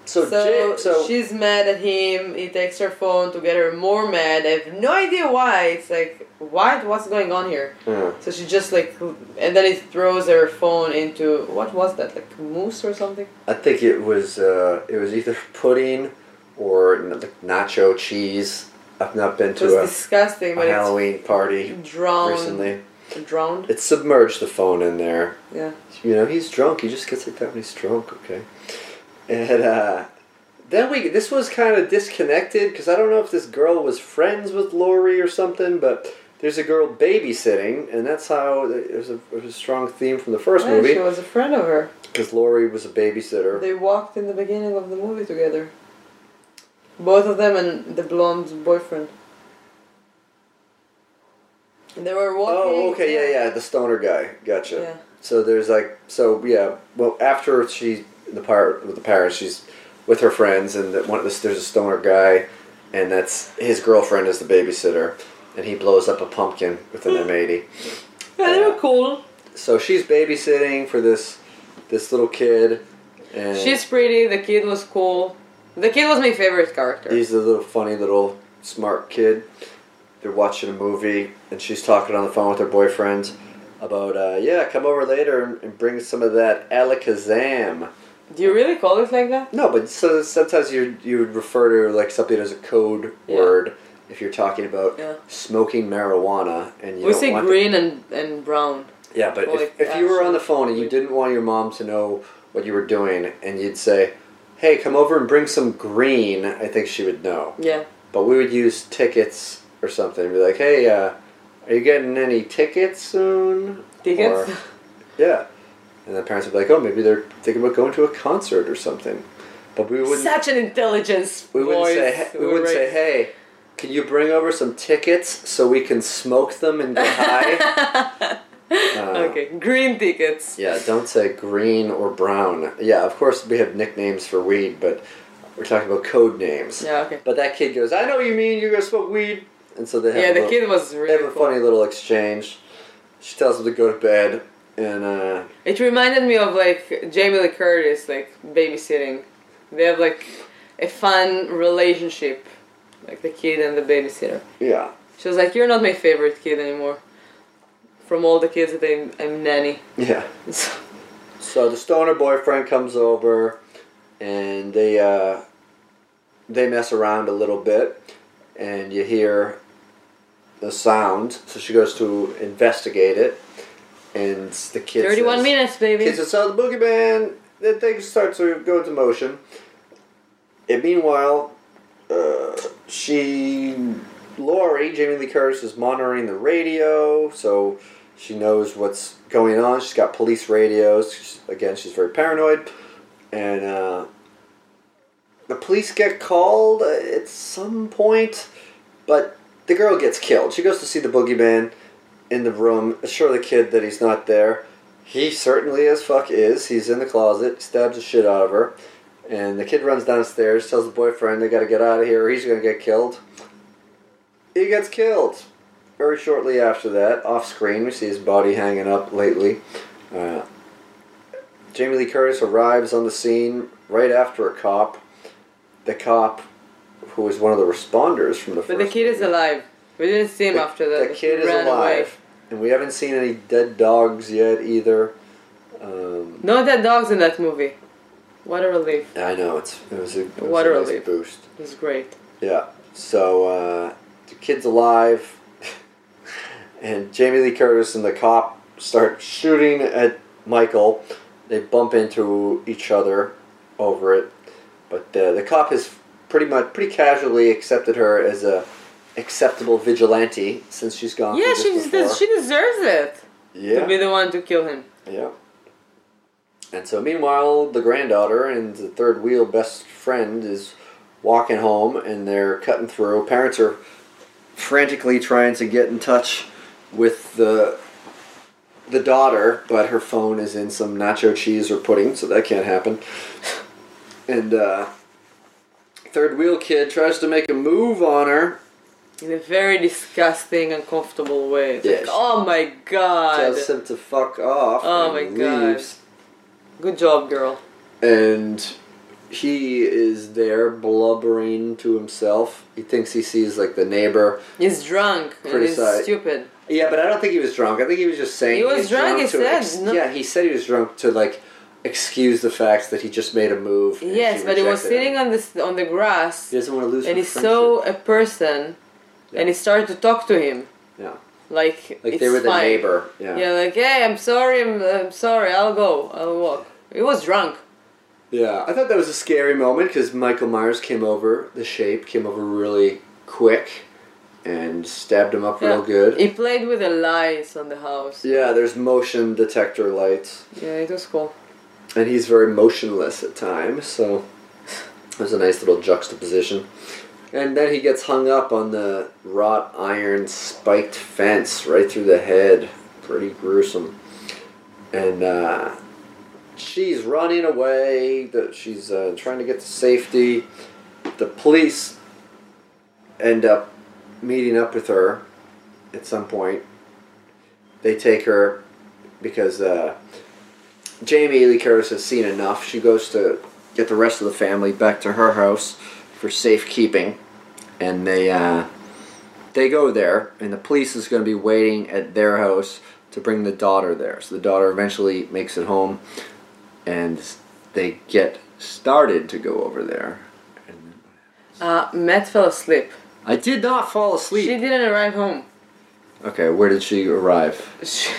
[SPEAKER 2] So,
[SPEAKER 1] So,
[SPEAKER 2] Jim, so
[SPEAKER 1] she's mad at him. He takes her phone to get her more mad. I have no idea why. It's like, why? What's going on here?
[SPEAKER 2] Yeah.
[SPEAKER 1] So she just like, and then it throws her phone into what was that? Like moose or something?
[SPEAKER 2] I think it was uh, it was either pudding or n- like nacho cheese. I've not been
[SPEAKER 1] It was
[SPEAKER 2] to a,
[SPEAKER 1] disgusting,
[SPEAKER 2] a
[SPEAKER 1] but
[SPEAKER 2] Halloween party
[SPEAKER 1] it's drowned.
[SPEAKER 2] recently.
[SPEAKER 1] Drowned.
[SPEAKER 2] It submerged the phone in there.
[SPEAKER 1] Yeah.
[SPEAKER 2] You know, he's drunk. He just gets like that when he's drunk. Okay, and uh, then we this was kind of disconnected because I don't know if this girl was friends with Lori or something, but there's a girl babysitting, and that's how it was a, it was a strong theme from the first
[SPEAKER 1] Yeah,
[SPEAKER 2] movie
[SPEAKER 1] She was a friend of her.
[SPEAKER 2] because Laurie was a babysitter.
[SPEAKER 1] They walked in the beginning of the movie together. Both of them and the blonde boyfriend. They were walking.
[SPEAKER 2] Oh, okay, yeah, yeah, the stoner guy. Gotcha.
[SPEAKER 1] Yeah.
[SPEAKER 2] So there's like, so yeah. Well, after she the pirate with the Paris, she's with her friends, and that one of this there's a stoner guy, and that's his girlfriend is the babysitter, and he blows up a pumpkin with an M80.
[SPEAKER 1] Yeah, they were cool.
[SPEAKER 2] So she's babysitting for this this little kid, and
[SPEAKER 1] She's pretty. The kid was cool. The kid was my favorite character.
[SPEAKER 2] he's the little funny little smart kid. They're watching a movie, and she's talking on the phone with her boyfriend about, uh, yeah, come over later and, and bring some of that alakazam.
[SPEAKER 1] Do you really call it like that?
[SPEAKER 2] No, but so sometimes you you would refer to like something as a code
[SPEAKER 1] Yeah.
[SPEAKER 2] word if you're talking about
[SPEAKER 1] Yeah.
[SPEAKER 2] smoking marijuana and you
[SPEAKER 1] we
[SPEAKER 2] don't
[SPEAKER 1] say
[SPEAKER 2] want the-
[SPEAKER 1] green and, and brown.
[SPEAKER 2] yeah, but
[SPEAKER 1] Well,
[SPEAKER 2] if,
[SPEAKER 1] like,
[SPEAKER 2] if you were on the
[SPEAKER 1] actually-
[SPEAKER 2] phone and you didn't want your mom to know what you were doing, and you'd say, "Hey, come over and bring some green," I think she would know.
[SPEAKER 1] Yeah.
[SPEAKER 2] But we would use tickets or something. Be like, "Hey, uh, are you getting any tickets soon?"
[SPEAKER 1] Tickets?
[SPEAKER 2] Or- yeah, and the parents would be like, "Oh, maybe they're thinking about going to a concert or something." But we wouldn't.
[SPEAKER 1] Such an intelligence.
[SPEAKER 2] We wouldn't
[SPEAKER 1] voice.
[SPEAKER 2] say. Hey, we
[SPEAKER 1] were
[SPEAKER 2] wouldn't say,
[SPEAKER 1] raised-
[SPEAKER 2] "Hey, can you bring over some tickets so we can smoke them and get high?" Uh,
[SPEAKER 1] okay, green tickets.
[SPEAKER 2] Yeah, don't say green or brown. Yeah, of course we have nicknames for weed, but we're talking about code names.
[SPEAKER 1] Yeah, okay.
[SPEAKER 2] But that kid goes, "I know what you mean. You're gonna smoke weed," and so they have.
[SPEAKER 1] Yeah,
[SPEAKER 2] a
[SPEAKER 1] the
[SPEAKER 2] little-
[SPEAKER 1] kid was
[SPEAKER 2] They have
[SPEAKER 1] really
[SPEAKER 2] a
[SPEAKER 1] cool.
[SPEAKER 2] funny little exchange. She tells him to go to bed, and uh,
[SPEAKER 1] It reminded me of like Jamie Lee Curtis, like babysitting. They have like a fun relationship, like the kid and the babysitter.
[SPEAKER 2] yeah,
[SPEAKER 1] She was like, "You're not my favorite kid anymore." From all the kids that I'm, I'm nanny.
[SPEAKER 2] yeah.
[SPEAKER 1] So,
[SPEAKER 2] So the stoner boyfriend comes over, and they uh, they mess around a little bit, and you hear the sound. So she goes to investigate it, and the kid.
[SPEAKER 1] Thirty-one
[SPEAKER 2] says,
[SPEAKER 1] minutes, baby.
[SPEAKER 2] Kid says, "So the boogeyman." The thing starts to go into motion. And meanwhile, uh, she, Lori, Jamie Lee Curtis is monitoring the radio, so she knows what's going on. She's got police radios. She's- again, she's very paranoid, and uh, the police get called at some point, but the girl gets killed. She goes to see the boogeyman in the room, assure the kid that he's not there. He certainly as fuck is. He's in the closet, stabs the shit out of her, and the kid runs downstairs, tells the boyfriend they gotta get out of here or he's gonna get killed. He gets killed. Very shortly after that, off screen, we see his body hanging up lately. Uh, Jamie Lee Curtis arrives on the scene right after a cop. The cop, who is one of the responders from the
[SPEAKER 1] but
[SPEAKER 2] first
[SPEAKER 1] the kid is
[SPEAKER 2] movie.
[SPEAKER 1] alive. We didn't see him
[SPEAKER 2] The-
[SPEAKER 1] after that. He
[SPEAKER 2] The kid is
[SPEAKER 1] ran away.
[SPEAKER 2] alive, and we haven't seen any dead dogs yet either. Um,
[SPEAKER 1] No dead dogs in that movie. What a relief.
[SPEAKER 2] I know it's it was a, it was
[SPEAKER 1] What a
[SPEAKER 2] a nice
[SPEAKER 1] relief.
[SPEAKER 2] boost.
[SPEAKER 1] It was great.
[SPEAKER 2] Yeah. So uh, the kid's alive, and Jamie Lee Curtis and the cop start shooting at Michael. They bump into each other over it, but uh, the cop has pretty much pretty casually accepted her as a acceptable vigilante since she's gone.
[SPEAKER 1] Yeah, she,
[SPEAKER 2] through this
[SPEAKER 1] des-
[SPEAKER 2] before.
[SPEAKER 1] she deserves it
[SPEAKER 2] yeah.
[SPEAKER 1] to be the one to kill him.
[SPEAKER 2] Yeah. And so, meanwhile, the granddaughter and the third wheel best friend is walking home and they're cutting through. Parents are frantically trying to get in touch with the the daughter, but her phone is in some nacho cheese or pudding, so that can't happen. And uh, third wheel kid tries to make a move on her,
[SPEAKER 1] in a very disgusting, uncomfortable way. It's
[SPEAKER 2] Yes.
[SPEAKER 1] like, oh my god.
[SPEAKER 2] tells him to fuck off,
[SPEAKER 1] Oh
[SPEAKER 2] and
[SPEAKER 1] my God.
[SPEAKER 2] leaves.
[SPEAKER 1] Good job, girl.
[SPEAKER 2] and he is there blubbering to himself. He thinks he sees like the neighbor.
[SPEAKER 1] He's drunk and he's
[SPEAKER 2] Criticize-
[SPEAKER 1] stupid.
[SPEAKER 2] Yeah, but I don't think he was drunk. I think he was just saying
[SPEAKER 1] He was drunk, he
[SPEAKER 2] to
[SPEAKER 1] said,
[SPEAKER 2] ex-
[SPEAKER 1] no-
[SPEAKER 2] Yeah, he said he was drunk to like excuse the facts that he just made a move. and
[SPEAKER 1] yes,
[SPEAKER 2] she
[SPEAKER 1] but he was
[SPEAKER 2] rejected him.
[SPEAKER 1] sitting on this on the grass
[SPEAKER 2] He doesn't want to lose.
[SPEAKER 1] and
[SPEAKER 2] her
[SPEAKER 1] he
[SPEAKER 2] friendship.
[SPEAKER 1] saw a person
[SPEAKER 2] Yeah.
[SPEAKER 1] and he started to talk to him.
[SPEAKER 2] Yeah.
[SPEAKER 1] Like,
[SPEAKER 2] like
[SPEAKER 1] it's
[SPEAKER 2] they were the
[SPEAKER 1] fine.
[SPEAKER 2] neighbor. Yeah.
[SPEAKER 1] Yeah. like, hey, I'm sorry, I'm, I'm sorry, I'll go, I'll walk. He was drunk.
[SPEAKER 2] Yeah, I thought that was a scary moment because Michael Myers came over, the shape came over really quick, and stabbed him up real
[SPEAKER 1] Yeah.
[SPEAKER 2] good.
[SPEAKER 1] He played with the lights on the house.
[SPEAKER 2] Yeah, there's motion detector lights,
[SPEAKER 1] Yeah, it was cool.
[SPEAKER 2] and he's very motionless at times, so there's a nice little juxtaposition. And then he gets hung up on the wrought iron spiked fence right through the head. Pretty gruesome. And uh, she's running away. The, she's uh, trying to get to safety. The police end up meeting up with her at some point. They take her because uh, Jamie Lee Curtis has seen enough. She goes to get the rest of the family back to her house for safekeeping, and they uh, they go there, and the police is going to be waiting at their house to bring the daughter there. So the daughter eventually makes it home, and they get started to go over there. And
[SPEAKER 1] Uh, Matt fell asleep.
[SPEAKER 2] I did not fall
[SPEAKER 1] She
[SPEAKER 2] asleep.
[SPEAKER 1] didn't arrive home.
[SPEAKER 2] Okay, where did she arrive?
[SPEAKER 1] She,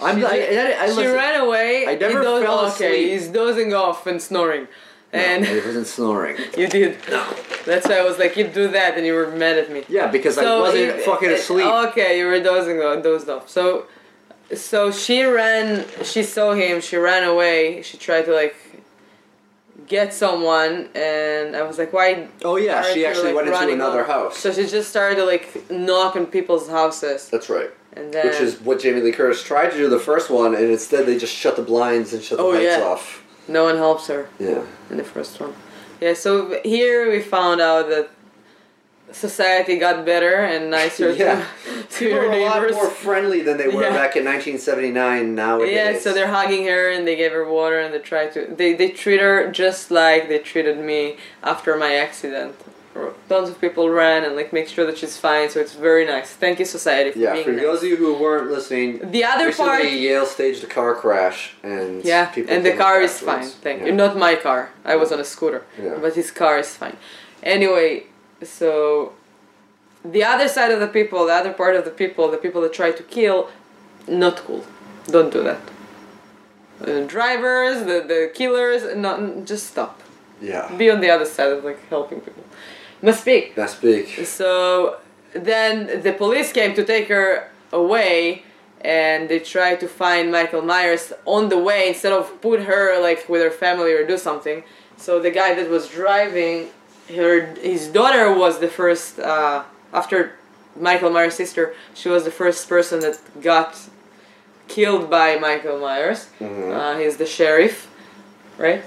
[SPEAKER 2] I'm,
[SPEAKER 1] she
[SPEAKER 2] I,
[SPEAKER 1] did-
[SPEAKER 2] I, I,
[SPEAKER 1] she
[SPEAKER 2] listen.
[SPEAKER 1] ran away.
[SPEAKER 2] I never
[SPEAKER 1] he dozed-
[SPEAKER 2] fell
[SPEAKER 1] Okay,
[SPEAKER 2] asleep.
[SPEAKER 1] he's dozing off and snoring.
[SPEAKER 2] No,
[SPEAKER 1] And
[SPEAKER 2] it wasn't snoring.
[SPEAKER 1] you did.
[SPEAKER 2] No.
[SPEAKER 1] That's why I was like, you do that, and you were mad at me.
[SPEAKER 2] Yeah, because I wasn't
[SPEAKER 1] he-
[SPEAKER 2] fucking asleep.
[SPEAKER 1] Okay, you were dozing off, dozed off. So, so she ran. She saw him. She ran away. She tried to like get someone, and I was like, why?
[SPEAKER 2] oh yeah,
[SPEAKER 1] aren't
[SPEAKER 2] she
[SPEAKER 1] you,
[SPEAKER 2] actually
[SPEAKER 1] like,
[SPEAKER 2] went into
[SPEAKER 1] running
[SPEAKER 2] another
[SPEAKER 1] off?
[SPEAKER 2] house.
[SPEAKER 1] So she just started to like knock on people's houses,
[SPEAKER 2] That's right.
[SPEAKER 1] and then
[SPEAKER 2] Which is what Jamie Lee Curtis tried to do the first one, and instead they just shut the blinds and shut the
[SPEAKER 1] Oh,
[SPEAKER 2] lights
[SPEAKER 1] yeah.
[SPEAKER 2] off.
[SPEAKER 1] no one helps her.
[SPEAKER 2] Yeah.
[SPEAKER 1] in the first one. Yeah, so here we found out that society got better and nicer
[SPEAKER 2] Yeah.
[SPEAKER 1] to, to
[SPEAKER 2] People
[SPEAKER 1] your
[SPEAKER 2] are a lot
[SPEAKER 1] neighbors.
[SPEAKER 2] more friendly than they were
[SPEAKER 1] Yeah.
[SPEAKER 2] back in 1979 nowadays.
[SPEAKER 1] Yeah, so they're hugging her and they gave her water and they try to they they treat her just like they treated me after my accident. R- Tons of people ran and like make sure that she's fine, so it's very nice. Thank you, society, for
[SPEAKER 2] Yeah,
[SPEAKER 1] being
[SPEAKER 2] for
[SPEAKER 1] nice.
[SPEAKER 2] those of you who weren't listening,
[SPEAKER 1] The other
[SPEAKER 2] recently
[SPEAKER 1] part,
[SPEAKER 2] Yale staged a car crash, and
[SPEAKER 1] yeah,
[SPEAKER 2] people
[SPEAKER 1] and the
[SPEAKER 2] came
[SPEAKER 1] car
[SPEAKER 2] up
[SPEAKER 1] is fine.
[SPEAKER 2] afterwards.
[SPEAKER 1] Thank
[SPEAKER 2] yeah.
[SPEAKER 1] you. Not my car. I was on a scooter.
[SPEAKER 2] Yeah.
[SPEAKER 1] but his car is fine. Anyway, so the other side of the people, the other part of the people, the people that try to kill, not cool. Don't do that. The drivers, the, the killers, not just stop.
[SPEAKER 2] yeah.
[SPEAKER 1] Be on the other side of like helping people. Must speak.
[SPEAKER 2] That's big.
[SPEAKER 1] So then the police came to take her away and they tried to find Michael Myers on the way instead of put her like with her family or do something. So the guy that was driving her his daughter was the first uh, after Michael Myers' sister, she was the first person that got killed by Michael Myers. Uh, he's the sheriff, right?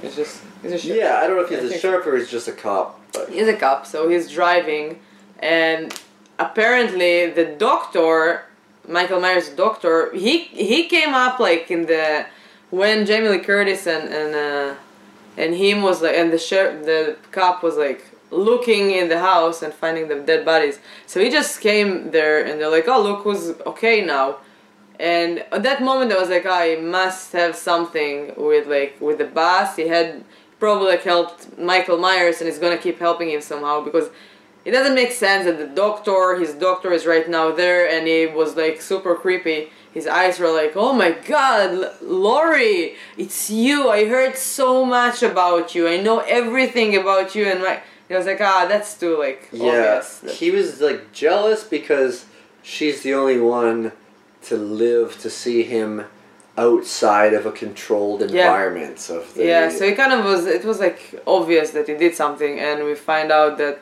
[SPEAKER 1] He's just he's a sheriff.
[SPEAKER 2] Yeah, I don't know if
[SPEAKER 1] I
[SPEAKER 2] he's a
[SPEAKER 1] think-
[SPEAKER 2] sheriff or he's just a cop, but
[SPEAKER 1] He's a cop, so he's driving, and apparently the doctor, Michael Myers' doctor, he he came up like in the when Jamie Lee Curtis and and uh, and him was like and the sheriff, the cop was like looking in the house and finding the dead bodies. So he just came there, and they're like, "Oh, look who's okay now." And at that moment, I was like, I must have something with like with the boss. He had probably like helped Michael Myers, and he's gonna keep helping him somehow because it doesn't make sense that the doctor, his doctor, is right now there, and he was like super creepy. His eyes were like, "Oh my God, L- Lori, it's you! I heard so much about you. I know everything about you." And like, I was like, "Ah, that's too like
[SPEAKER 2] Yeah,
[SPEAKER 1] obvious."
[SPEAKER 2] he was like jealous because she's the only one to live to see him outside of a controlled environment of the
[SPEAKER 1] Yeah, so it kind of was. It was like obvious that he did something, and we find out that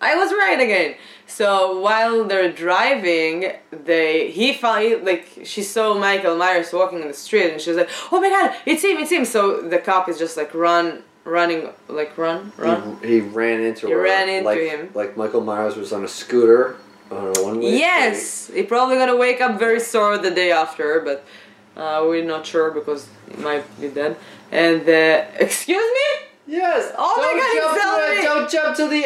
[SPEAKER 1] I was right again. So while they're driving, they he found like she saw Michael Myers walking in the street, and she was like, "Oh my god, it's him! It's him!" So the cop is just like run, running, like run, run.
[SPEAKER 2] he, he ran into
[SPEAKER 1] He
[SPEAKER 2] her.
[SPEAKER 1] ran into
[SPEAKER 2] like,
[SPEAKER 1] him.
[SPEAKER 2] Like Michael Myers was on a scooter on a one way.
[SPEAKER 1] Yes, he probably gonna wake up very sore the day after, but uh, we're not sure because he might be dead. And uh, excuse me.
[SPEAKER 2] Yes.
[SPEAKER 1] Oh my
[SPEAKER 2] don't
[SPEAKER 1] God,
[SPEAKER 2] Jump
[SPEAKER 1] it's
[SPEAKER 2] to
[SPEAKER 1] Ellie!
[SPEAKER 2] it. Don't jump to the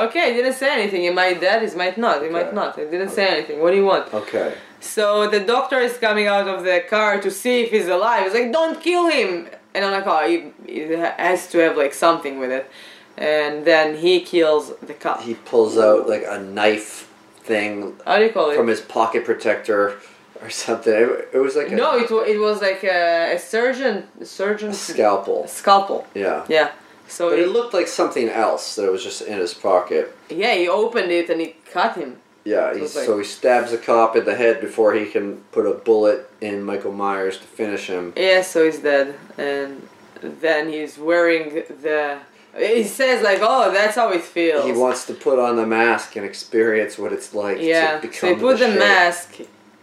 [SPEAKER 2] end.
[SPEAKER 1] Okay, I didn't say anything. It might dead, it might not, it might
[SPEAKER 2] Okay.
[SPEAKER 1] not. I didn't say anything. What do you want?
[SPEAKER 2] Okay.
[SPEAKER 1] So the doctor is coming out of the car to see if he's alive. He's like, don't kill him! And I'm like, oh, it, it has to have like something with it. And then he kills the cop.
[SPEAKER 2] He pulls out like a knife thing
[SPEAKER 1] How do you call it?
[SPEAKER 2] from his pocket protector or something. It, it was like a,
[SPEAKER 1] no, it, wa- it was like a, a surgeon, surgeon
[SPEAKER 2] a scalpel.
[SPEAKER 1] scalpel.
[SPEAKER 2] Yeah.
[SPEAKER 1] Yeah. So
[SPEAKER 2] But
[SPEAKER 1] he-
[SPEAKER 2] it looked like something else that was just in his pocket.
[SPEAKER 1] yeah, he opened it and he cut him.
[SPEAKER 2] Yeah,
[SPEAKER 1] It
[SPEAKER 2] he,
[SPEAKER 1] was like-
[SPEAKER 2] so he stabs a cop in the head before he can put a bullet in Michael Myers to finish him.
[SPEAKER 1] Yeah, so he's dead, and then he's wearing the. He says like, "Oh, that's how it feels."
[SPEAKER 2] He wants to put on the mask and experience what it's like
[SPEAKER 1] yeah,
[SPEAKER 2] to become
[SPEAKER 1] so he put the,
[SPEAKER 2] shape.
[SPEAKER 1] mask.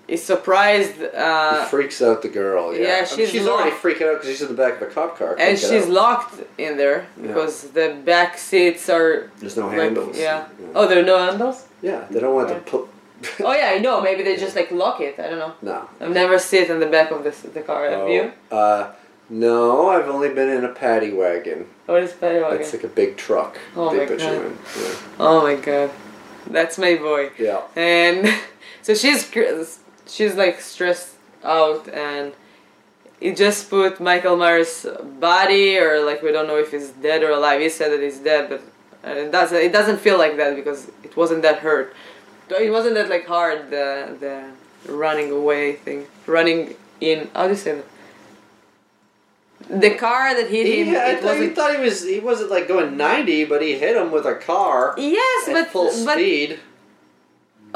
[SPEAKER 1] He's surprised,
[SPEAKER 2] He
[SPEAKER 1] uh,
[SPEAKER 2] freaks out the girl. Yeah,
[SPEAKER 1] yeah,
[SPEAKER 2] I mean,
[SPEAKER 1] she's
[SPEAKER 2] she's already
[SPEAKER 1] locked.
[SPEAKER 2] freaking out because she's in the back of a cop car.
[SPEAKER 1] and
[SPEAKER 2] Can't get
[SPEAKER 1] she's
[SPEAKER 2] out.
[SPEAKER 1] locked in there because the back seats are
[SPEAKER 2] There's no
[SPEAKER 1] like
[SPEAKER 2] handles.
[SPEAKER 1] yeah.
[SPEAKER 2] yeah.
[SPEAKER 1] Oh, there are no handles.
[SPEAKER 2] Yeah, they don't want to put.
[SPEAKER 1] Oh yeah, I know. Maybe they just like lock it. I don't know.
[SPEAKER 2] no.
[SPEAKER 1] I've never sit in the back of the the car. Have you?
[SPEAKER 2] Oh, Uh, no, I've only been in a paddy wagon.
[SPEAKER 1] What is paddy wagon?
[SPEAKER 2] It's like a big truck.
[SPEAKER 1] Oh
[SPEAKER 2] they
[SPEAKER 1] my
[SPEAKER 2] put you
[SPEAKER 1] God.
[SPEAKER 2] in. Yeah.
[SPEAKER 1] oh my god, that's my boy.
[SPEAKER 2] Yeah.
[SPEAKER 1] and so she's cr- she's like stressed out and he just put michael myers body or like we don't know if he's dead or alive he said that he's dead but uh, it doesn't it doesn't feel like that because it wasn't that hurt Though it wasn't that like hard the the running away thing running in how do you say that the car that hit
[SPEAKER 2] He,
[SPEAKER 1] him
[SPEAKER 2] I
[SPEAKER 1] it
[SPEAKER 2] thought, he
[SPEAKER 1] wasn't
[SPEAKER 2] thought he was he wasn't like going ninety, but he hit him with a car
[SPEAKER 1] yes
[SPEAKER 2] at
[SPEAKER 1] but
[SPEAKER 2] full
[SPEAKER 1] but okay
[SPEAKER 2] speed.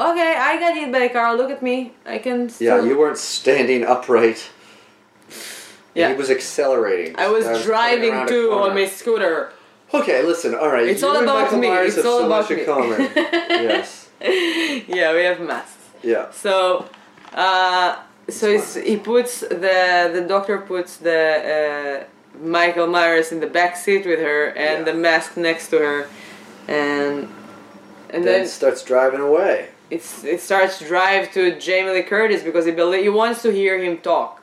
[SPEAKER 1] i got hit by a car look at me i can
[SPEAKER 2] Yeah,
[SPEAKER 1] still-
[SPEAKER 2] you weren't standing upright.
[SPEAKER 1] Yeah.
[SPEAKER 2] He was accelerating.
[SPEAKER 1] I was
[SPEAKER 2] going
[SPEAKER 1] driving
[SPEAKER 2] around a
[SPEAKER 1] too on
[SPEAKER 2] corner.
[SPEAKER 1] my scooter.
[SPEAKER 2] Okay, listen. All right,
[SPEAKER 1] It's
[SPEAKER 2] you
[SPEAKER 1] all
[SPEAKER 2] and
[SPEAKER 1] about
[SPEAKER 2] Michael
[SPEAKER 1] me,
[SPEAKER 2] Myers
[SPEAKER 1] it's
[SPEAKER 2] have
[SPEAKER 1] all
[SPEAKER 2] so
[SPEAKER 1] about
[SPEAKER 2] much in
[SPEAKER 1] me.
[SPEAKER 2] common. yes.
[SPEAKER 1] yeah, we have masks.
[SPEAKER 2] Yeah.
[SPEAKER 1] So, uh, so it's, he puts the the doctor puts the uh, Michael Myers in the back seat with her and
[SPEAKER 2] Yeah.
[SPEAKER 1] the mask next to her, and and
[SPEAKER 2] And
[SPEAKER 1] then,
[SPEAKER 2] then starts driving away.
[SPEAKER 1] it's it starts to drive to Jamie Lee Curtis because he belie- he wants to hear him talk.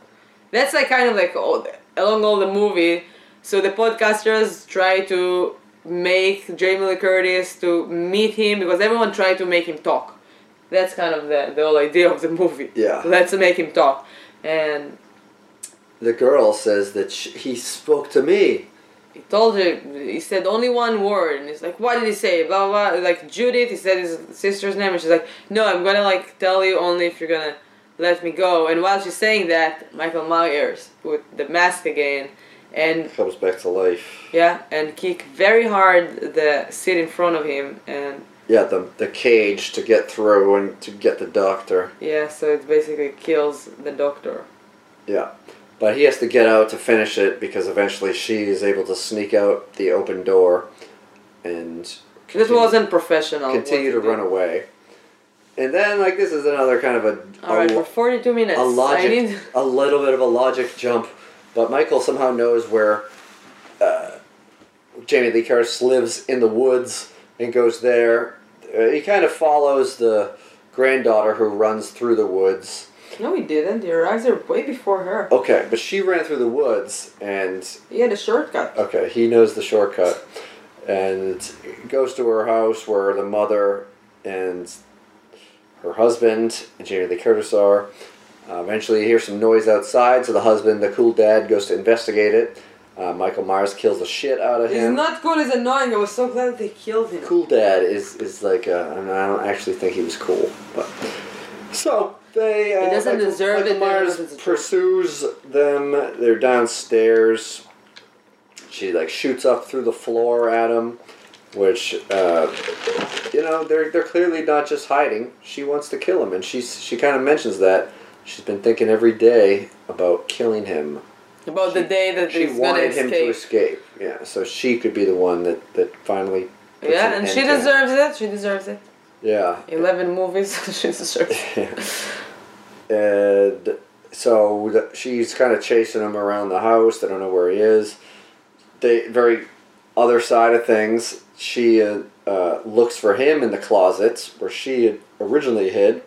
[SPEAKER 1] That's like kind of like all along all the movie. So the podcasters try to make Jamie Lee Curtis to meet him because everyone tried to make him talk. That's kind of the the whole idea of the movie.
[SPEAKER 2] Yeah.
[SPEAKER 1] let's make him talk, and
[SPEAKER 2] The girl says that sh he spoke to me.
[SPEAKER 1] he told her he said only one word and he's like what did he say blah blah blah." like judith he said his sister's name and she's like no i'm gonna like tell you only if you're gonna let me go and while she's saying that michael myers with the mask again and
[SPEAKER 2] Comes back to life.
[SPEAKER 1] yeah and kick very hard the seat in front of him and
[SPEAKER 2] Yeah, the the cage to get through and to get the doctor.
[SPEAKER 1] yeah so it basically kills the doctor
[SPEAKER 2] Yeah. But he has to get out to finish it because eventually she is able to sneak out the open door and
[SPEAKER 1] this
[SPEAKER 2] continue-
[SPEAKER 1] wasn't professional
[SPEAKER 2] continue to run away. And then like this is another kind of a
[SPEAKER 1] all right
[SPEAKER 2] a,
[SPEAKER 1] for 42 minutes
[SPEAKER 2] a
[SPEAKER 1] i
[SPEAKER 2] logic
[SPEAKER 1] need
[SPEAKER 2] a little bit of a logic jump, but Michael somehow knows where uh, Jamie Lee Curtis lives in the woods and goes there. Uh, he kind of follows the granddaughter who runs through the woods.
[SPEAKER 1] no he didn't he arrives there way before her
[SPEAKER 2] Okay, but she ran through the woods and
[SPEAKER 1] he had a shortcut
[SPEAKER 2] Okay, he knows the shortcut and goes to her house where the mother and her husband and Jamie Lee Curtis are. Uh, eventually, you hear some noise outside, so the husband, the cool dad, goes to investigate it. Uh, Michael Myers kills the shit out of
[SPEAKER 1] He's
[SPEAKER 2] him.
[SPEAKER 1] not cool. He's annoying. I was so glad they killed him.
[SPEAKER 2] cool dad is is like uh, I, don't know, I don't actually think he was cool, but so they. Uh,
[SPEAKER 1] He doesn't
[SPEAKER 2] Michael,
[SPEAKER 1] deserve
[SPEAKER 2] Michael
[SPEAKER 1] it, they don't
[SPEAKER 2] Myers
[SPEAKER 1] deserve it.
[SPEAKER 2] pursues them. They're downstairs. She like shoots up through the floor at him, which uh, you know they're they're clearly not just hiding. She wants to kill him, and she's she kind of mentions that she's been thinking every day about killing him
[SPEAKER 1] About the
[SPEAKER 2] She-
[SPEAKER 1] day that
[SPEAKER 2] she
[SPEAKER 1] he's gonna
[SPEAKER 2] wanted him to
[SPEAKER 1] escape.
[SPEAKER 2] escape. Yeah, so she could be the one that that finally. puts
[SPEAKER 1] yeah,
[SPEAKER 2] an
[SPEAKER 1] and
[SPEAKER 2] end
[SPEAKER 1] she
[SPEAKER 2] to him.
[SPEAKER 1] deserves it. She deserves it.
[SPEAKER 2] Yeah.
[SPEAKER 1] Eleven movies. she deserves. It.
[SPEAKER 2] and so the, she's kind of chasing him around the house. They don't know where he is. They very other side of things. She uh, uh, looks for him in the closets where she had originally hid,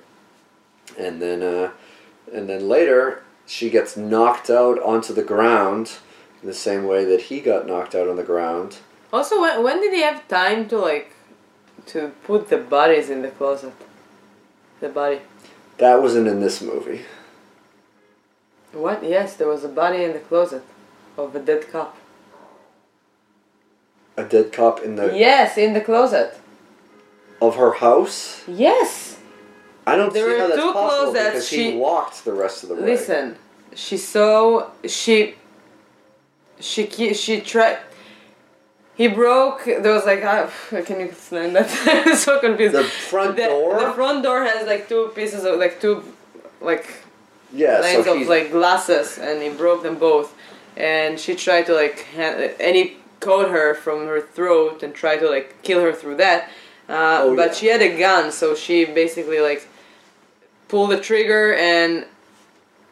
[SPEAKER 2] and then uh, and then later she gets knocked out onto the ground in the same way that he got knocked out on the ground.
[SPEAKER 1] Also, when, when did he have time to like, to put the bodies in the closet? The body.
[SPEAKER 2] That wasn't in this movie.
[SPEAKER 1] What? Yes, there was a body in the closet, of a dead cop.
[SPEAKER 2] A dead cop in the
[SPEAKER 1] Yes, in the closet.
[SPEAKER 2] of her house.
[SPEAKER 1] Yes.
[SPEAKER 2] I don't
[SPEAKER 1] There
[SPEAKER 2] see how
[SPEAKER 1] were
[SPEAKER 2] that's
[SPEAKER 1] two
[SPEAKER 2] possible
[SPEAKER 1] closets,
[SPEAKER 2] because she,
[SPEAKER 1] she-
[SPEAKER 2] walked the rest of the way.
[SPEAKER 1] Listen, she saw she she ki- she tried. He broke. There was like, ah, can you explain that? I'm so confused.
[SPEAKER 2] The front
[SPEAKER 1] The-
[SPEAKER 2] door?
[SPEAKER 1] The front door has like two pieces of like two, like
[SPEAKER 2] Yeah,
[SPEAKER 1] lines
[SPEAKER 2] so
[SPEAKER 1] of
[SPEAKER 2] he,
[SPEAKER 1] like glasses, and he broke them both. And she tried to like, ha- and he caught her from her throat and tried to like kill her through that. Uh,
[SPEAKER 2] Oh,
[SPEAKER 1] but
[SPEAKER 2] yeah.
[SPEAKER 1] she had a gun, so she basically like pulled the trigger and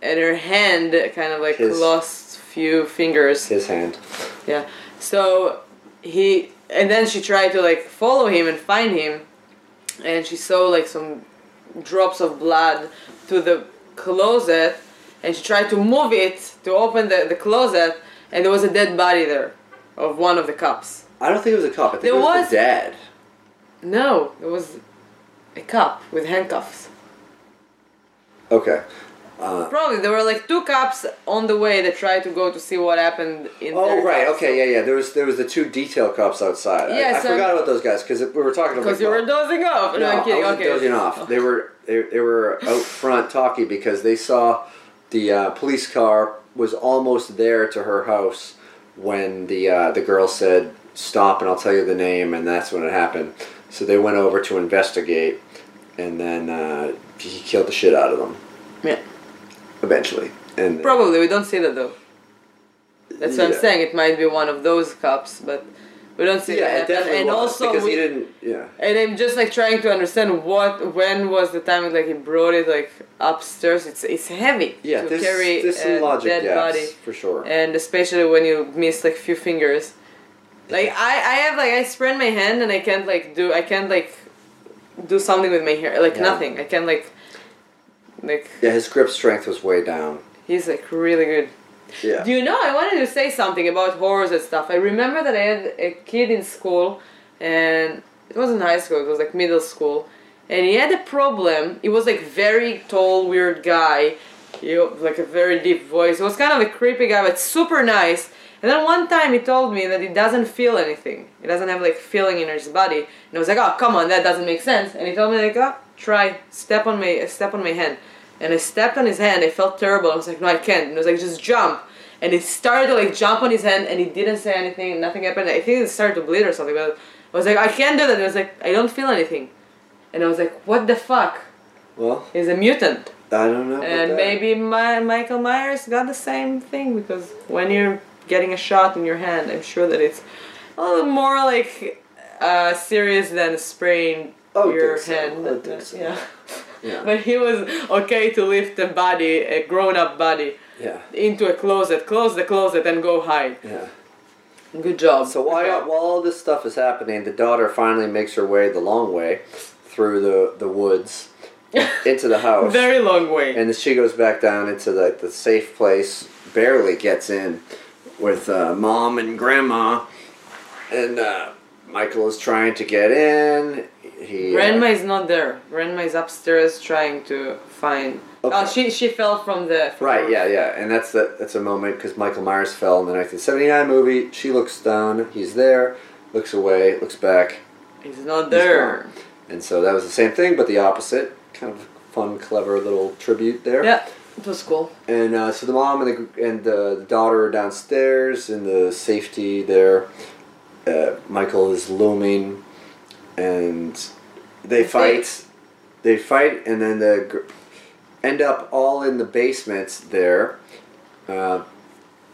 [SPEAKER 1] and her hand kind of like
[SPEAKER 2] His-
[SPEAKER 1] lost few fingers.
[SPEAKER 2] his hand.
[SPEAKER 1] Yeah. So he and then she tried to like follow him and find him and she saw like some drops of blood through the closet and she tried to move it to open the, the closet and there was a dead body there of one of the cops.
[SPEAKER 2] I don't think it was a cop. I think
[SPEAKER 1] There
[SPEAKER 2] it was,
[SPEAKER 1] was-
[SPEAKER 2] the dad.
[SPEAKER 1] No, it was a cop with handcuffs.
[SPEAKER 2] Okay. Uh.
[SPEAKER 1] Probably there were like two cops on the way that tried to go to see what happened in
[SPEAKER 2] Oh
[SPEAKER 1] their
[SPEAKER 2] right. Okay. Yeah. Yeah. There was there was the two detail cops outside. I-
[SPEAKER 1] Yeah,
[SPEAKER 2] I,
[SPEAKER 1] so-
[SPEAKER 2] forgot about those guys because we were talking about.
[SPEAKER 1] Because you were dozing off. Oh, No,
[SPEAKER 2] No,
[SPEAKER 1] I'm kidding.
[SPEAKER 2] I wasn't
[SPEAKER 1] okay.
[SPEAKER 2] dozing off. They were they, they were out front talking because they saw the uh, police car was almost there to her house when the uh, the girl said stop and I'll tell you the name and that's when it happened. So they went over to investigate, and then uh, he killed the shit out of them
[SPEAKER 1] Yeah.
[SPEAKER 2] eventually. And
[SPEAKER 1] Probably we don't see that though. That's what I'm
[SPEAKER 2] Yeah.
[SPEAKER 1] saying. It might be one of those cups, but we don't see
[SPEAKER 2] yeah,
[SPEAKER 1] that.
[SPEAKER 2] it
[SPEAKER 1] happen.
[SPEAKER 2] definitely
[SPEAKER 1] and
[SPEAKER 2] was,
[SPEAKER 1] also,
[SPEAKER 2] because
[SPEAKER 1] we,
[SPEAKER 2] he didn't. Yeah.
[SPEAKER 1] and I'm just like trying to understand what, when was the time like he brought it like upstairs. It's it's heavy
[SPEAKER 2] Yeah,
[SPEAKER 1] to
[SPEAKER 2] there's,
[SPEAKER 1] carry
[SPEAKER 2] there's
[SPEAKER 1] a
[SPEAKER 2] some logic
[SPEAKER 1] dead
[SPEAKER 2] gaps
[SPEAKER 1] body,
[SPEAKER 2] for sure.
[SPEAKER 1] and especially when you miss like few fingers. Like I, I have like I sprain my hand and I can't like do I can't like do something with my hair like
[SPEAKER 2] Yeah.
[SPEAKER 1] nothing I can't like like
[SPEAKER 2] yeah, his grip strength was way down.
[SPEAKER 1] he's like really good.
[SPEAKER 2] Yeah.
[SPEAKER 1] Do you know, I wanted to say something about horrors and stuff. I remember that I had a kid in school, and it wasn't high school, it was like middle school, and he had a problem. He was like very tall, weird guy, he, like a very deep voice. He was kind of a creepy guy, but super nice. And then one time he told me that he doesn't feel anything. He doesn't have like feeling in his body. And I was like, oh come on, that doesn't make sense. And he told me like, oh, try step on my step on my hand. And I stepped on his hand. I felt terrible. I was like, no, I can't. And I was like, just jump and it started to like jump on his hand and he didn't say anything nothing happened i think it started to bleed or something but i was like i can't do that and i was like i don't feel anything and i was like what the fuck
[SPEAKER 2] well,
[SPEAKER 1] he's a mutant
[SPEAKER 2] I don't know. about
[SPEAKER 1] and
[SPEAKER 2] that.
[SPEAKER 1] maybe my, michael myers got the same thing because when you're getting a shot in your hand i'm sure that it's a little more like uh, serious than spraying
[SPEAKER 2] I would
[SPEAKER 1] your
[SPEAKER 2] think Oh, so.
[SPEAKER 1] hand
[SPEAKER 2] I would think so.
[SPEAKER 1] yeah
[SPEAKER 2] Yeah.
[SPEAKER 1] but he was okay to lift a body a grown-up body
[SPEAKER 2] Yeah.
[SPEAKER 1] into a closet, close the closet, and go hide.
[SPEAKER 2] Yeah.
[SPEAKER 1] Good job.
[SPEAKER 2] So while while all this stuff is happening, the daughter finally makes her way the long way through the the woods into the house,
[SPEAKER 1] Very long way.
[SPEAKER 2] and she goes back down into like the safe place. Barely gets in with uh, mom and grandma, and uh, Michael is trying to get in. He uh,
[SPEAKER 1] Grandma is not there. Grandma is upstairs trying to find. Oh,
[SPEAKER 2] Okay.
[SPEAKER 1] she she fell from the. From
[SPEAKER 2] Right, yeah, yeah, and that's the that's a moment because Michael Myers fell in the 1979 movie. She looks down, he's there, looks away, looks back,
[SPEAKER 1] He's not there.
[SPEAKER 2] gone. and so that was the same thing, but the opposite. Kind of fun, clever little tribute there.
[SPEAKER 1] Yeah, it was cool.
[SPEAKER 2] And uh, so the mom and the and the, the daughter are downstairs in the safety there. Uh, Michael is looming, and they fight. They fight, and then the gr- end up all in the basement there. Uh,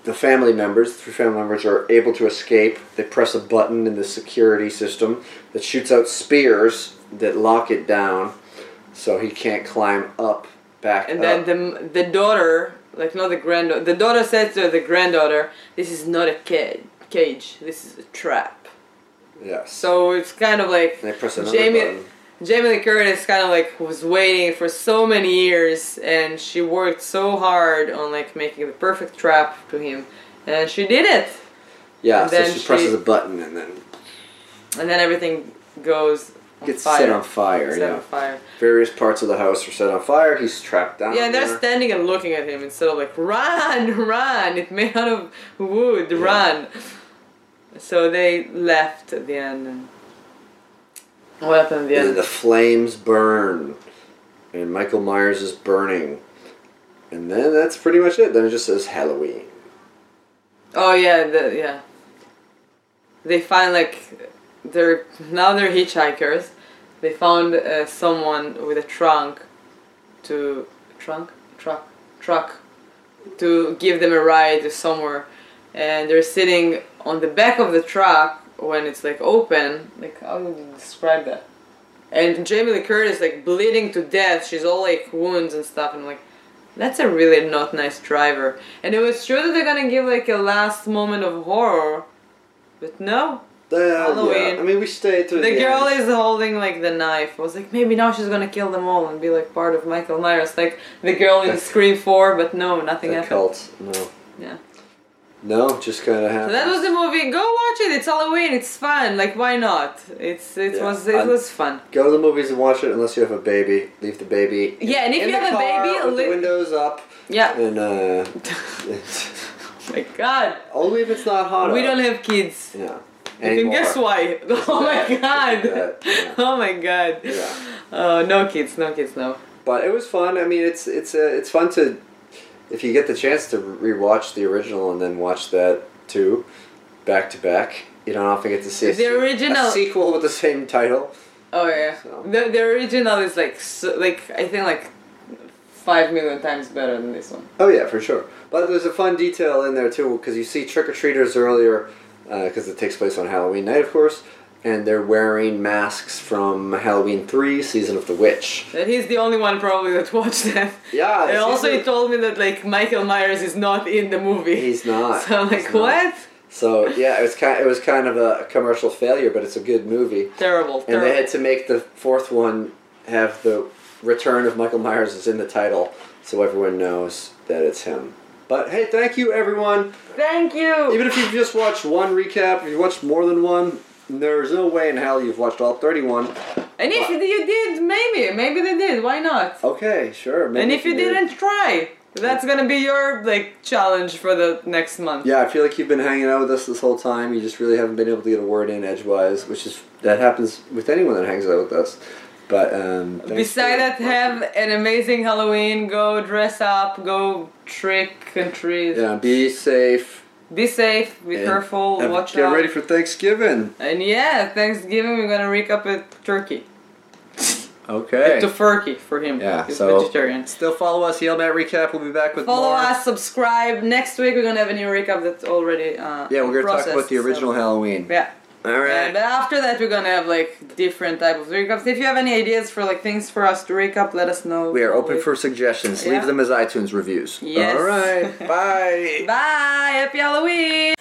[SPEAKER 2] the family members, three family members, are able to escape. They press a button in the security system that shoots out spears that lock it down, so he can't climb up back.
[SPEAKER 1] And
[SPEAKER 2] up.
[SPEAKER 1] then the the daughter, like not the granddaughter, the daughter says to the granddaughter, "This is not a cage. Cage. This is a trap."
[SPEAKER 2] Yeah.
[SPEAKER 1] So it's kind of like
[SPEAKER 2] And they press another
[SPEAKER 1] Jamie
[SPEAKER 2] button.
[SPEAKER 1] Jamie Lee Curtis kind of like was waiting for so many years, and she worked so hard on like making the perfect trap to him, and she did it.
[SPEAKER 2] Yeah,
[SPEAKER 1] and
[SPEAKER 2] so
[SPEAKER 1] then
[SPEAKER 2] she, presses
[SPEAKER 1] she-
[SPEAKER 2] a button and then
[SPEAKER 1] And then everything goes on
[SPEAKER 2] gets
[SPEAKER 1] fire.
[SPEAKER 2] set on fire.
[SPEAKER 1] Set
[SPEAKER 2] yeah.
[SPEAKER 1] on fire.
[SPEAKER 2] Various parts of the house are set on fire. He's trapped down.
[SPEAKER 1] Yeah, and they're
[SPEAKER 2] there.
[SPEAKER 1] standing and looking at him instead of like run, run. It made out of wood, run. So they left at the end. And what happened at the
[SPEAKER 2] And then
[SPEAKER 1] end?
[SPEAKER 2] the flames burn, and Michael Myers is burning, and then that's pretty much it. Then it just says Halloween.
[SPEAKER 1] Oh yeah, the, yeah. they find like they're now they're hitchhikers. They found uh, someone with a trunk to trunk truck truck to give them a ride to somewhere, and they're sitting on the back of the truck when it's like open. Like how would you describe that? And Jamie Lee Curtis like bleeding to death. She's all like wounds and stuff, and I'm like. That's a really not nice driver. And it was sure that they're gonna give like a last moment of horror, but no. Halloween.
[SPEAKER 2] Yeah. I mean, we stayed through
[SPEAKER 1] The
[SPEAKER 2] the,
[SPEAKER 1] girl
[SPEAKER 2] end.
[SPEAKER 1] is holding like the knife. I was like, maybe now she's gonna kill them all and be like part of Michael Myers, like the girl in Scream Four. But no, nothing
[SPEAKER 2] the
[SPEAKER 1] happened.
[SPEAKER 2] cult. No,
[SPEAKER 1] Yeah.
[SPEAKER 2] no, just kind of
[SPEAKER 1] So
[SPEAKER 2] happened.
[SPEAKER 1] that was the movie. Go watch it. It's Halloween. It's fun. Like why not? It's it
[SPEAKER 2] Yeah,
[SPEAKER 1] was it
[SPEAKER 2] I'm-
[SPEAKER 1] was fun.
[SPEAKER 2] Go to the movies and watch it unless you have a baby. Leave the baby.
[SPEAKER 1] Yeah, and if
[SPEAKER 2] in
[SPEAKER 1] you
[SPEAKER 2] the
[SPEAKER 1] have a
[SPEAKER 2] car
[SPEAKER 1] baby,
[SPEAKER 2] with the
[SPEAKER 1] li-
[SPEAKER 2] windows up,
[SPEAKER 1] yeah. Oh
[SPEAKER 2] and uh,
[SPEAKER 1] my God,
[SPEAKER 2] only if it's not hot.
[SPEAKER 1] we
[SPEAKER 2] out.
[SPEAKER 1] don't have kids.
[SPEAKER 2] Yeah.
[SPEAKER 1] You can guess why. Oh
[SPEAKER 2] that,
[SPEAKER 1] my
[SPEAKER 2] it's like
[SPEAKER 1] God.
[SPEAKER 2] that, yeah.
[SPEAKER 1] Oh my God.
[SPEAKER 2] Yeah.
[SPEAKER 1] Oh no kids, no kids, no.
[SPEAKER 2] But it was fun. I mean, it's it's uh, it's fun to if you get the chance to rewatch the original and then watch that too, back to back. You don't often get to see a,
[SPEAKER 1] The
[SPEAKER 2] se- a
[SPEAKER 1] original-
[SPEAKER 2] sequel with the same title.
[SPEAKER 1] Oh yeah.
[SPEAKER 2] So-
[SPEAKER 1] The, the original is like so, like I think like five million times better than this one.
[SPEAKER 2] Oh yeah, for sure. But there's a fun detail in there too because you see trick or treaters earlier because it takes place on Halloween night, of course, and they're wearing masks from Halloween three, season of the witch.
[SPEAKER 1] That he's the only one probably that watched that.
[SPEAKER 2] Yeah,
[SPEAKER 1] And
[SPEAKER 2] it's
[SPEAKER 1] also,
[SPEAKER 2] easy.
[SPEAKER 1] he told me that like Michael Myers is not in the movie.
[SPEAKER 2] He's not.
[SPEAKER 1] So I'm like,
[SPEAKER 2] He's not.
[SPEAKER 1] what?
[SPEAKER 2] So yeah, it was kind it was kind of a commercial failure, but it's a good movie.
[SPEAKER 1] Terrible.
[SPEAKER 2] And
[SPEAKER 1] Terrible.
[SPEAKER 2] they had to make the fourth one have the return of Michael Myers is in the title, so everyone knows that it's him. But hey, thank you everyone.
[SPEAKER 1] Thank you.
[SPEAKER 2] Even if you've just watched one recap, if you watched more than one, there's no way in hell you've watched all 31.
[SPEAKER 1] and if you did, maybe, maybe they did. Why not?
[SPEAKER 2] Okay, sure. maybe
[SPEAKER 1] and if you
[SPEAKER 2] did-
[SPEAKER 1] didn't try, that's gonna be your like challenge for the next month.
[SPEAKER 2] Yeah, I feel like you've been hanging out with us this whole time. You just really haven't been able to get a word in edgewise, which is that happens with anyone that hangs out with us. But um thanks for-
[SPEAKER 1] Beside that, have an amazing Halloween. Go dress up. Go trick and treat.
[SPEAKER 2] yeah, be safe.
[SPEAKER 1] Be safe. Be
[SPEAKER 2] and
[SPEAKER 1] careful.
[SPEAKER 2] have-
[SPEAKER 1] watch
[SPEAKER 2] get
[SPEAKER 1] out.
[SPEAKER 2] ready for Thanksgiving.
[SPEAKER 1] and yeah, Thanksgiving we're gonna recap a turkey.
[SPEAKER 2] Okay.
[SPEAKER 1] To turkey for him.
[SPEAKER 2] Yeah,
[SPEAKER 1] He's
[SPEAKER 2] so-
[SPEAKER 1] vegetarian.
[SPEAKER 2] Still follow us, Yale Matt Recap. We'll be back with
[SPEAKER 1] Follow
[SPEAKER 2] more.
[SPEAKER 1] us. Subscribe. Next week we're gonna have a new recap that's already. Uh,
[SPEAKER 2] Yeah, we're gonna
[SPEAKER 1] processed,
[SPEAKER 2] talk about the original
[SPEAKER 1] So.
[SPEAKER 2] Halloween.
[SPEAKER 1] Yeah.
[SPEAKER 2] All
[SPEAKER 1] Yeah,
[SPEAKER 2] right.
[SPEAKER 1] but after that we're gonna have like different type of recaps. If you have any ideas for like things for us to recap, let us know.
[SPEAKER 2] We are open for suggestions.
[SPEAKER 1] Yeah.
[SPEAKER 2] Leave them as iTunes reviews.
[SPEAKER 1] Yes.
[SPEAKER 2] All right. Bye.
[SPEAKER 1] Bye. Happy Halloween.